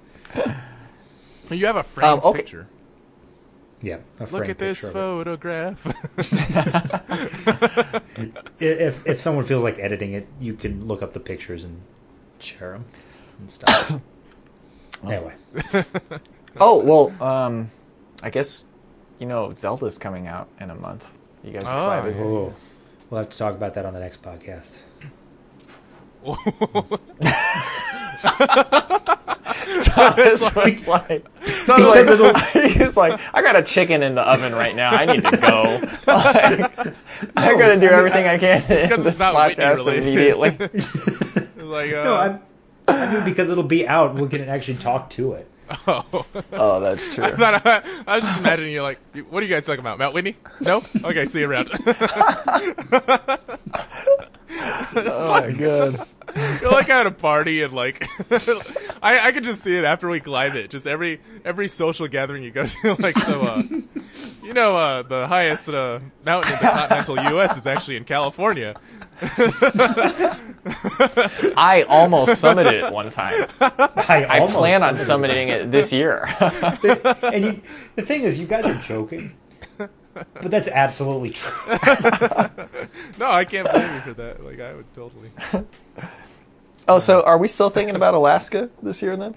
[SPEAKER 3] You have a framed
[SPEAKER 1] okay.
[SPEAKER 3] picture.
[SPEAKER 2] Yeah, a
[SPEAKER 3] Look
[SPEAKER 2] Um, framed
[SPEAKER 3] at this
[SPEAKER 2] picture of it.
[SPEAKER 3] photograph.
[SPEAKER 2] I- If if someone feels like editing it, you can look up the pictures and share them and stuff. anyway,
[SPEAKER 1] Oh well, um, I guess you know Zelda's coming out in a month. You guys
[SPEAKER 3] Oh,
[SPEAKER 1] excited?
[SPEAKER 3] yeah.
[SPEAKER 2] oh, we'll have to talk about that on the next podcast.
[SPEAKER 1] Thomas was like, Thomas was like, he's like, I got a chicken in the oven right now. I need to go. Like, I'm gonna do everything I can to end
[SPEAKER 3] 'cause
[SPEAKER 1] this
[SPEAKER 3] it's not Whitney
[SPEAKER 1] podcast
[SPEAKER 3] related.
[SPEAKER 1] immediately.
[SPEAKER 3] like, uh,
[SPEAKER 2] No, I'm, I mean because it'll be out. We can actually talk to it.
[SPEAKER 1] Oh, that's true.
[SPEAKER 3] But uh, I, I was just imagining you're like, what are you guys talking about? Mount Whitney? No? Okay, see you around.
[SPEAKER 1] Oh my god.
[SPEAKER 3] you're like at a party and like, I, I could just see it after we climb it. Just every every social gathering you go to, like so. Uh, you know, uh, the highest uh, mountain in the continental U.S. is actually in California.
[SPEAKER 1] I almost summited it one time.
[SPEAKER 2] I,
[SPEAKER 1] I
[SPEAKER 2] almost
[SPEAKER 1] plan on
[SPEAKER 2] summited it.
[SPEAKER 1] summiting it this year.
[SPEAKER 2] and you, the thing is, you guys are joking, but that's absolutely true.
[SPEAKER 3] No, I can't blame you for that. Like, I would totally.
[SPEAKER 1] oh, so are we still thinking about Alaska this year then?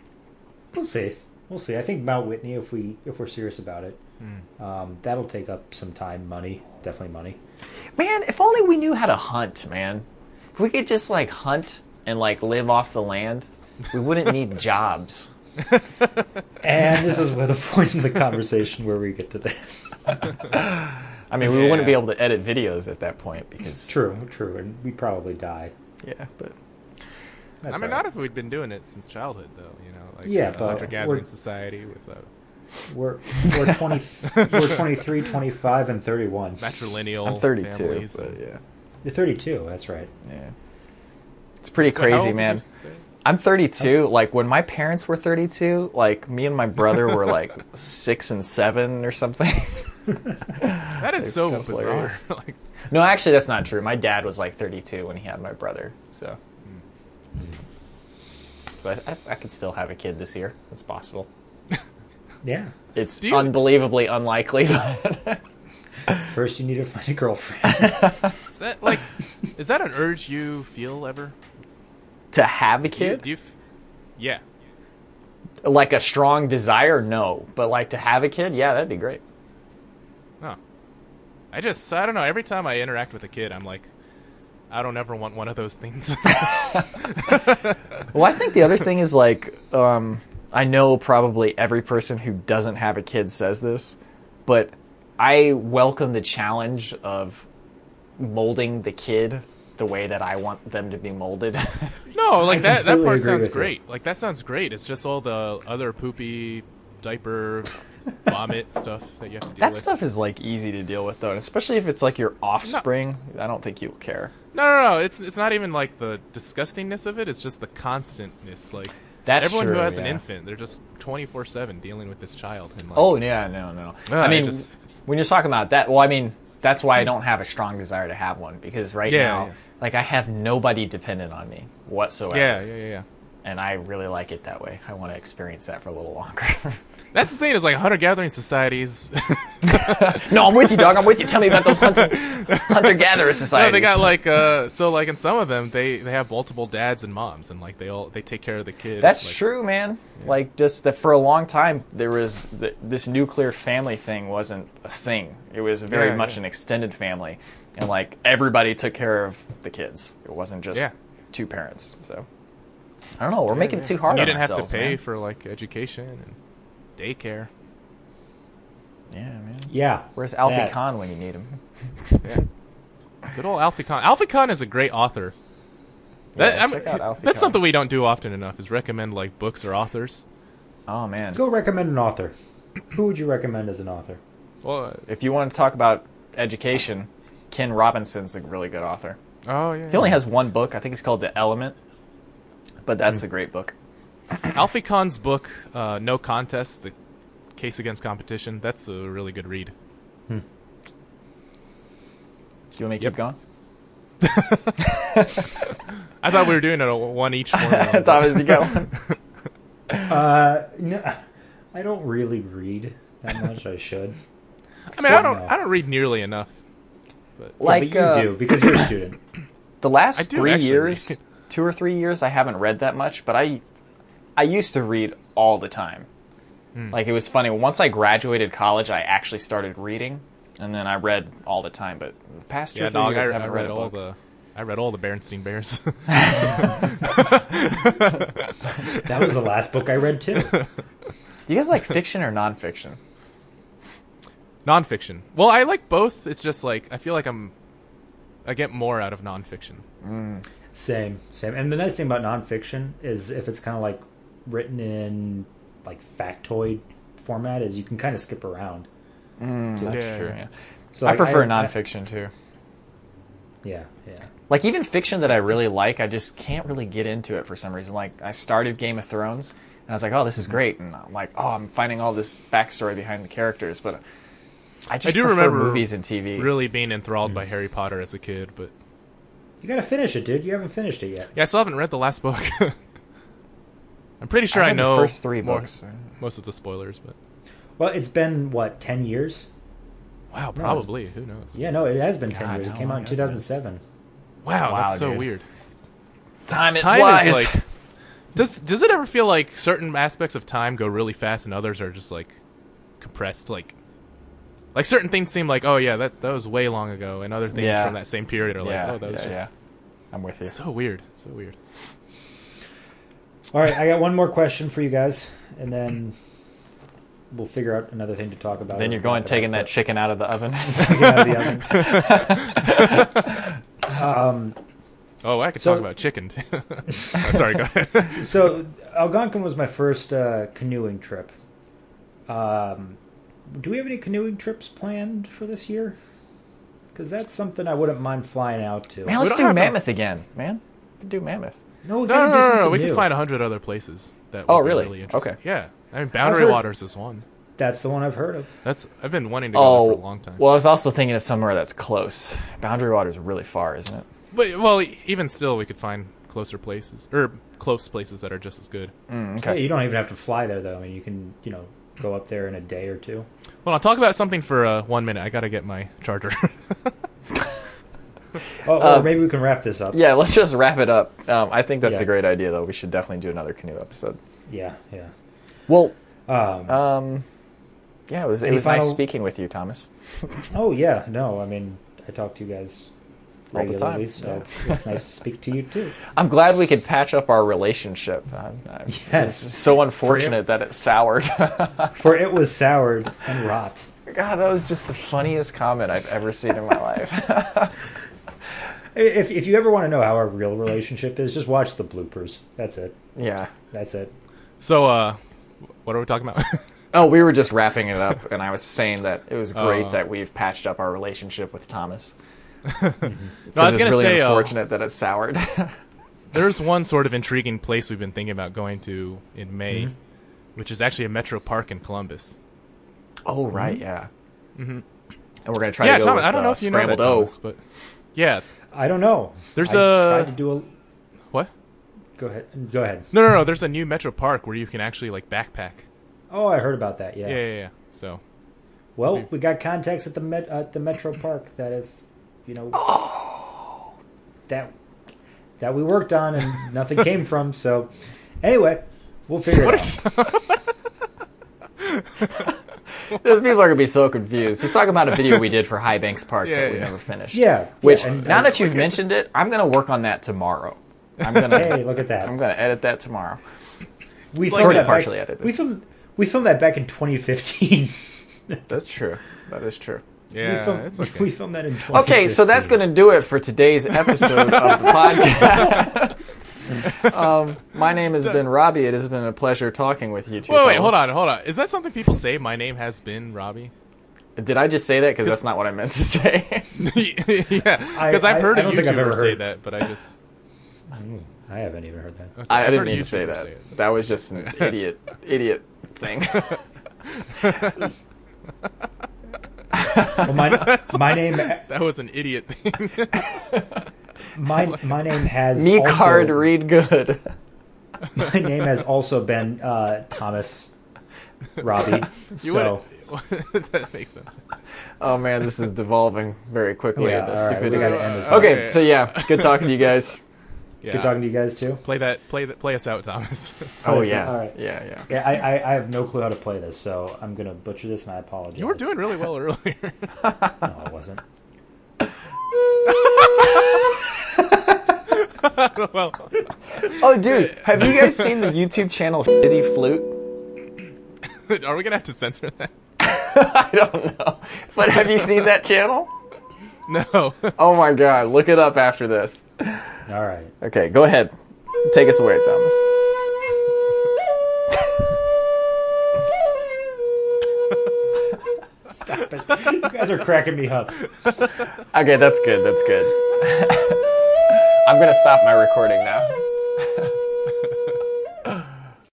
[SPEAKER 2] We'll see. We'll see. I think Mount Whitney, if we if we're serious about it, um, that'll take up some time, money, definitely money.
[SPEAKER 1] Man, if only we knew how to hunt, man. If we could just like hunt and like live off the land, we wouldn't need jobs.
[SPEAKER 2] And this is where the point of the conversation where we get to this.
[SPEAKER 1] I mean, we wouldn't
[SPEAKER 3] Yeah.
[SPEAKER 1] be able to edit videos at that point because
[SPEAKER 2] True, true, and we probably die.
[SPEAKER 1] yeah, but
[SPEAKER 2] That's
[SPEAKER 3] I mean,
[SPEAKER 2] all right.
[SPEAKER 3] not if we'd been doing it since childhood, though. You know, like
[SPEAKER 2] Yeah,
[SPEAKER 3] uh,
[SPEAKER 2] but
[SPEAKER 3] hunter
[SPEAKER 2] we're-
[SPEAKER 3] gathering society with uh,
[SPEAKER 2] we're we're 20, we're 23, 25, and thirty one.
[SPEAKER 3] matrilineal.
[SPEAKER 1] I'm 32.
[SPEAKER 3] families
[SPEAKER 1] But
[SPEAKER 3] and-
[SPEAKER 1] yeah,
[SPEAKER 2] You're thirty two. That's right.
[SPEAKER 1] yeah, it's pretty
[SPEAKER 3] So how old
[SPEAKER 1] crazy,
[SPEAKER 3] did
[SPEAKER 1] man.
[SPEAKER 3] you Oh. say?
[SPEAKER 1] I'm 32. Like when my parents were 32, like me and my brother were like six and seven or something.
[SPEAKER 3] That is so
[SPEAKER 1] couple
[SPEAKER 3] bizarre.
[SPEAKER 1] areas.
[SPEAKER 3] like,
[SPEAKER 1] no, actually, that's not true. My dad was like 32 when he had my brother, so. So I, I, I could still have a kid this year. It's possible.
[SPEAKER 2] Yeah.
[SPEAKER 1] It's
[SPEAKER 3] Do you-
[SPEAKER 1] unbelievably unlikely. But
[SPEAKER 2] First, you need to find a girlfriend.
[SPEAKER 3] is that like, is that an urge you feel ever?
[SPEAKER 1] to have a
[SPEAKER 3] Do you,
[SPEAKER 1] kid,
[SPEAKER 3] do you f- yeah.
[SPEAKER 1] like a strong desire, no. But like to have a kid, yeah, that'd be great.
[SPEAKER 3] Oh. I just, I don't know. Every time I interact with a kid, I'm like, I don't ever want one of those things.
[SPEAKER 1] Well, I think the other thing is like, um, I know probably every person who doesn't have a kid says this, but I welcome the challenge of molding the kid the way that I want them to be molded.
[SPEAKER 3] No, like that that
[SPEAKER 2] completely
[SPEAKER 3] part
[SPEAKER 2] agree
[SPEAKER 3] sounds
[SPEAKER 2] with you.
[SPEAKER 3] great. Like that sounds great. It's just all the other poopy diaper vomit stuff that you have to deal
[SPEAKER 1] that
[SPEAKER 3] with.
[SPEAKER 1] stuff is like easy to deal with though, and especially if it's like your offspring. I don't think you'll care.
[SPEAKER 3] No, no, no. It's it's not even like the disgustingness of it. It's just the constantness. Like
[SPEAKER 1] That's
[SPEAKER 3] everyone who
[SPEAKER 1] true,
[SPEAKER 3] has an
[SPEAKER 1] yeah.
[SPEAKER 3] infant, they're just twenty four seven dealing with this child. And like,
[SPEAKER 1] Oh yeah, no, no.
[SPEAKER 3] Yeah,
[SPEAKER 1] I
[SPEAKER 3] I
[SPEAKER 1] mean,
[SPEAKER 3] just-
[SPEAKER 1] when you're talking about that, well, I mean, that's why I don't have a strong desire to have one because right
[SPEAKER 3] Yeah,
[SPEAKER 1] now,
[SPEAKER 3] yeah.
[SPEAKER 1] like, I have nobody dependent on me whatsoever,
[SPEAKER 3] yeah, yeah, yeah, yeah.
[SPEAKER 1] and I really like it that way. I want to experience that for a little longer.
[SPEAKER 3] That's the thing is like hunter gathering societies.
[SPEAKER 1] no, I'm with you, dog. I'm with you. Tell me about those hunter hunter gatherer societies.
[SPEAKER 3] no, they got like uh, so like in some of them they they have multiple dads and moms and like they all they take care of the kids.
[SPEAKER 1] That's
[SPEAKER 3] like,
[SPEAKER 1] true, man. Like just that for a long time there was th- this nuclear family thing wasn't a thing. It was very
[SPEAKER 3] Yeah,
[SPEAKER 1] much
[SPEAKER 3] yeah.
[SPEAKER 1] an extended family, and like everybody took care of the kids. It wasn't just
[SPEAKER 3] Yeah.
[SPEAKER 1] two parents. So I don't know. We're making it too hard.
[SPEAKER 3] And you
[SPEAKER 1] on
[SPEAKER 3] didn't have to
[SPEAKER 1] ourselves,
[SPEAKER 3] pay
[SPEAKER 1] man.
[SPEAKER 3] for like education and daycare.
[SPEAKER 1] Yeah, man.
[SPEAKER 2] Yeah.
[SPEAKER 1] Where's Alfie
[SPEAKER 2] that.
[SPEAKER 1] Khan when you need him?
[SPEAKER 3] Yeah. Good old Alfie Khan. Alfie Khan is a great author. That,
[SPEAKER 1] Yeah,
[SPEAKER 3] I'm-
[SPEAKER 1] check out Alfie
[SPEAKER 3] that's
[SPEAKER 1] Khan.
[SPEAKER 3] something we don't do often enough is recommend like books or authors.
[SPEAKER 1] Oh man.
[SPEAKER 2] Go recommend an author. Who would you recommend as an author?
[SPEAKER 3] Well, uh,
[SPEAKER 1] If you want to talk about education, Ken Robinson's a really good author.
[SPEAKER 3] oh yeah.
[SPEAKER 1] He only has one book. I think it's called The Element, but that's a great book.
[SPEAKER 3] Alfie Khan's book, uh, No Contest: The Case Against Competition. That's a really good read.
[SPEAKER 1] Do you want me to
[SPEAKER 3] Yep.
[SPEAKER 1] keep going?
[SPEAKER 3] I thought we were doing it a one each formula.
[SPEAKER 1] I thought it was you go.
[SPEAKER 2] Uh, no, I don't really read that much. I should.
[SPEAKER 3] I mean, I don't.
[SPEAKER 2] Formula.
[SPEAKER 3] I don't read nearly enough.
[SPEAKER 2] Like,
[SPEAKER 1] Like
[SPEAKER 2] but you
[SPEAKER 1] uh,
[SPEAKER 2] do because you're a student.
[SPEAKER 1] the last
[SPEAKER 3] I do
[SPEAKER 1] three
[SPEAKER 3] actually
[SPEAKER 1] years,
[SPEAKER 3] read.
[SPEAKER 1] two or three years, I haven't read that much. But I, I used to read all the time. Like it was funny. Once I graduated college, I actually started reading, and then I read all the time. But the past two
[SPEAKER 3] Yeah,
[SPEAKER 1] or three
[SPEAKER 3] dog. I,
[SPEAKER 1] years, I
[SPEAKER 3] I
[SPEAKER 1] haven't read,
[SPEAKER 3] read
[SPEAKER 1] a
[SPEAKER 3] all
[SPEAKER 1] book.
[SPEAKER 3] the. I read all the Berenstein Bears.
[SPEAKER 2] That was the last book I read too.
[SPEAKER 1] Do you guys like fiction or nonfiction?
[SPEAKER 3] nonfiction. Well, I like both. It's just like I feel like I'm. I get more out of nonfiction.
[SPEAKER 2] Same, same. And the nice thing about nonfiction is if it's kind of like written in like factoid format, is you can kind of skip around.
[SPEAKER 1] That's
[SPEAKER 3] Yeah,
[SPEAKER 1] true.
[SPEAKER 3] yeah.
[SPEAKER 1] Yeah.
[SPEAKER 2] So
[SPEAKER 1] I
[SPEAKER 2] like,
[SPEAKER 1] prefer
[SPEAKER 2] I-
[SPEAKER 1] nonfiction too.
[SPEAKER 2] Yeah, yeah.
[SPEAKER 1] Like even fiction that I really like, I just can't really get into it for some reason. Like I started Game of Thrones, and I was like, "Oh, this
[SPEAKER 2] Mm-hmm.
[SPEAKER 1] is great," and I'm like, "Oh, I'm finding all this backstory behind the characters." But I just
[SPEAKER 3] I do
[SPEAKER 1] prefer
[SPEAKER 3] remember
[SPEAKER 1] movies and TV.
[SPEAKER 3] Really being enthralled
[SPEAKER 1] Mm.
[SPEAKER 3] by Harry Potter as a kid, but
[SPEAKER 2] You gotta finish it, dude. You haven't finished it yet.
[SPEAKER 3] yeah, I still haven't read the last book. I'm pretty sure
[SPEAKER 1] I
[SPEAKER 3] I,
[SPEAKER 1] read the
[SPEAKER 3] know
[SPEAKER 1] first three
[SPEAKER 3] more-
[SPEAKER 1] books.
[SPEAKER 3] most of the spoilers, but
[SPEAKER 2] Well, it's been what ten years?
[SPEAKER 3] wow, probably who knows?
[SPEAKER 2] Yeah, no, it has been ten
[SPEAKER 1] God,
[SPEAKER 2] years. It
[SPEAKER 1] how
[SPEAKER 2] came out
[SPEAKER 1] long
[SPEAKER 2] in
[SPEAKER 1] has
[SPEAKER 2] two
[SPEAKER 1] it been?
[SPEAKER 2] thousand seven.
[SPEAKER 3] Wow,
[SPEAKER 1] Wow,
[SPEAKER 3] that's so
[SPEAKER 1] dude.
[SPEAKER 3] weird.
[SPEAKER 1] Time it
[SPEAKER 3] Time
[SPEAKER 1] flies.
[SPEAKER 3] is like does does it ever feel like certain aspects of time go really fast and others are just like compressed like like certain things seem like oh yeah that that was way long ago and other things
[SPEAKER 1] Yeah.
[SPEAKER 3] from that same period are like
[SPEAKER 1] yeah,
[SPEAKER 3] oh that was
[SPEAKER 1] yeah,
[SPEAKER 3] just
[SPEAKER 1] yeah. I'm with you.
[SPEAKER 3] so weird so weird
[SPEAKER 2] All right, I got one more question for you guys, and then we'll figure out another thing to talk about.
[SPEAKER 1] then
[SPEAKER 2] or
[SPEAKER 1] you're going
[SPEAKER 2] wrap it
[SPEAKER 1] taking
[SPEAKER 2] up,
[SPEAKER 1] that chicken out of the oven.
[SPEAKER 2] but- Get out of the oven.
[SPEAKER 3] oh I could
[SPEAKER 2] So-
[SPEAKER 3] talk about chicken too. Oh, sorry go ahead
[SPEAKER 2] um, so Algonquin was my first uh, canoeing trip. Um, do we have any canoeing trips planned for this year? Because that's something I wouldn't mind flying out to.
[SPEAKER 1] man, let's
[SPEAKER 3] don't
[SPEAKER 1] do
[SPEAKER 3] have a-
[SPEAKER 1] Mammoth again, man. We Do Mammoth.
[SPEAKER 2] no, we
[SPEAKER 3] no
[SPEAKER 2] gotta
[SPEAKER 3] no
[SPEAKER 2] do
[SPEAKER 3] no, no, no,
[SPEAKER 2] something
[SPEAKER 3] we can
[SPEAKER 2] new.
[SPEAKER 3] find a hundred other places that
[SPEAKER 1] Oh,
[SPEAKER 3] would be
[SPEAKER 1] really?
[SPEAKER 3] interesting.
[SPEAKER 1] Okay.
[SPEAKER 3] yeah I mean Boundary
[SPEAKER 2] heard-
[SPEAKER 3] Waters is one
[SPEAKER 2] That's the one I've heard of.
[SPEAKER 3] that's I've been wanting to go
[SPEAKER 1] Oh,
[SPEAKER 3] there for a long time
[SPEAKER 1] well, I was also thinking of somewhere that's close. Boundary Water's really far, isn't it?
[SPEAKER 3] but well e- even still we could find closer places or close places that are just as good.
[SPEAKER 1] Okay.
[SPEAKER 2] Yeah, you don't even have to fly there though. I mean, you can you know go up there in a day or two.
[SPEAKER 3] Well, I'll talk about something for uh, one minute. I gotta get my charger.
[SPEAKER 2] Oh,
[SPEAKER 1] Uh,
[SPEAKER 2] or maybe we can wrap this up.
[SPEAKER 1] Yeah, let's just wrap it up. Um, I think that's
[SPEAKER 2] Yeah.
[SPEAKER 1] a great idea, though. We should definitely do another canoe episode.
[SPEAKER 2] yeah, yeah.
[SPEAKER 1] Well,
[SPEAKER 2] Um,
[SPEAKER 1] um, yeah, it was it
[SPEAKER 2] Any
[SPEAKER 1] was nice
[SPEAKER 2] final-
[SPEAKER 1] speaking with you, Thomas.
[SPEAKER 2] oh yeah, no, I mean, I talk to you guys
[SPEAKER 1] All the
[SPEAKER 2] regularly,
[SPEAKER 1] time,
[SPEAKER 2] so it's nice to speak to you too.
[SPEAKER 1] I'm glad we could patch up our relationship. i i It's
[SPEAKER 2] Yes,
[SPEAKER 1] so unfortunate that it soured. God,
[SPEAKER 2] for it was soured and rot.
[SPEAKER 1] that was just the funniest comment I've ever seen in my life.
[SPEAKER 2] If if you ever want to know how a real relationship is, just watch the bloopers. That's it.
[SPEAKER 1] Yeah.
[SPEAKER 2] That's it.
[SPEAKER 3] So, uh, what are we talking about?
[SPEAKER 1] Oh, we were just wrapping it up, and I was saying that it was great
[SPEAKER 3] Oh.
[SPEAKER 1] that we've patched up our relationship with Thomas.
[SPEAKER 3] no, I was
[SPEAKER 1] It's
[SPEAKER 3] gonna
[SPEAKER 1] really
[SPEAKER 3] say uh,
[SPEAKER 1] unfortunate that it soured.
[SPEAKER 3] there's one sort of intriguing place we've been thinking about going to in May, which is actually a metro park in Columbus.
[SPEAKER 1] oh right, yeah. Mm-hmm. And we're gonna try
[SPEAKER 3] yeah,
[SPEAKER 1] to go
[SPEAKER 3] Tom,
[SPEAKER 1] with,
[SPEAKER 3] I don't know
[SPEAKER 1] uh,
[SPEAKER 3] if you know that,
[SPEAKER 1] scrambled O.
[SPEAKER 3] Thomas, but yeah,
[SPEAKER 2] I don't know.
[SPEAKER 3] There's
[SPEAKER 2] I
[SPEAKER 3] a-
[SPEAKER 2] tried to do a.
[SPEAKER 3] what?
[SPEAKER 2] Go ahead. Go ahead.
[SPEAKER 3] No, no, no. There's a new metro park where you can actually like backpack.
[SPEAKER 2] Oh, I heard about that. Yeah.
[SPEAKER 3] Yeah, yeah, yeah. So
[SPEAKER 2] Well, we got contacts at the Met, at the Metro Park that if you know that that we worked on and nothing came from. So anyway, we'll figure it out.
[SPEAKER 1] The people are gonna be so confused. He's talking about a video we did for High Banks Park
[SPEAKER 3] Yeah,
[SPEAKER 1] that
[SPEAKER 3] yeah,
[SPEAKER 1] we
[SPEAKER 3] yeah.
[SPEAKER 1] never finished.
[SPEAKER 2] Yeah.
[SPEAKER 1] Which
[SPEAKER 2] yeah, and-
[SPEAKER 1] now that you've mentioned it, I'm gonna work on that tomorrow. I'm gonna
[SPEAKER 2] hey, look at that.
[SPEAKER 1] I'm gonna edit that tomorrow.
[SPEAKER 2] we
[SPEAKER 1] It's already
[SPEAKER 2] that back-
[SPEAKER 1] partially edited.
[SPEAKER 2] We filmed we filmed that back in 2015.
[SPEAKER 1] That's true. That is true.
[SPEAKER 3] yeah,
[SPEAKER 2] we, filmed,
[SPEAKER 3] it's okay.
[SPEAKER 2] we filmed that in 2015.
[SPEAKER 1] Okay, so that's going to do it for today's episode of the podcast. um, my name has been Robbie. It has been a pleasure talking with you two.
[SPEAKER 3] Wait, wait,
[SPEAKER 1] fellas.
[SPEAKER 3] hold on, hold on. Is that something people say? My name has been Robbie.
[SPEAKER 1] Did I just say that? Because that's not what I meant to say.
[SPEAKER 3] yeah, because
[SPEAKER 2] I-
[SPEAKER 3] I've heard
[SPEAKER 2] I
[SPEAKER 3] a
[SPEAKER 2] don't think I've ever
[SPEAKER 3] YouTuber say
[SPEAKER 2] heard.
[SPEAKER 3] that, but I just
[SPEAKER 2] I haven't even heard that.
[SPEAKER 1] I, I
[SPEAKER 3] I've
[SPEAKER 1] didn't
[SPEAKER 3] heard a
[SPEAKER 1] mean to say
[SPEAKER 3] YouTuber
[SPEAKER 1] that.
[SPEAKER 3] say it.
[SPEAKER 1] that was just an idiot, idiot thing.
[SPEAKER 2] Well, my my name
[SPEAKER 3] that was an idiot thing.
[SPEAKER 2] my my name has
[SPEAKER 1] Me
[SPEAKER 2] also-
[SPEAKER 1] card read good.
[SPEAKER 2] My name has also been uh, Thomas Robbie.
[SPEAKER 3] You
[SPEAKER 2] so.
[SPEAKER 3] wouldn't- that makes sense.
[SPEAKER 1] Oh man, this is devolving very quickly.
[SPEAKER 2] Yeah,
[SPEAKER 1] into
[SPEAKER 2] all right, we
[SPEAKER 1] stupidity.
[SPEAKER 2] gotta end this.
[SPEAKER 1] okay, so yeah, good talking to you guys.
[SPEAKER 3] Yeah.
[SPEAKER 2] Good talking to you guys too.
[SPEAKER 3] Play that. Play that. Play us out, Thomas.
[SPEAKER 1] Oh
[SPEAKER 2] Alright, so-
[SPEAKER 1] yeah,
[SPEAKER 2] alright.
[SPEAKER 1] yeah, yeah.
[SPEAKER 2] Yeah, I, I, I have no clue how to play this, so I'm gonna butcher this, and I apologize.
[SPEAKER 3] you were doing really well earlier.
[SPEAKER 2] No, I wasn't.
[SPEAKER 3] well,
[SPEAKER 1] Oh dude, have you guys seen the YouTube channel Shitty Flute?
[SPEAKER 3] are we gonna have to censor that?
[SPEAKER 1] I don't know. But have you seen that channel?
[SPEAKER 3] No.
[SPEAKER 1] Oh my god, look it up after this.
[SPEAKER 2] All right.
[SPEAKER 1] Okay, go ahead. Take us away, Thomas.
[SPEAKER 2] You guys are cracking me up.
[SPEAKER 1] Okay, that's good, that's good. I'm gonna stop my recording now.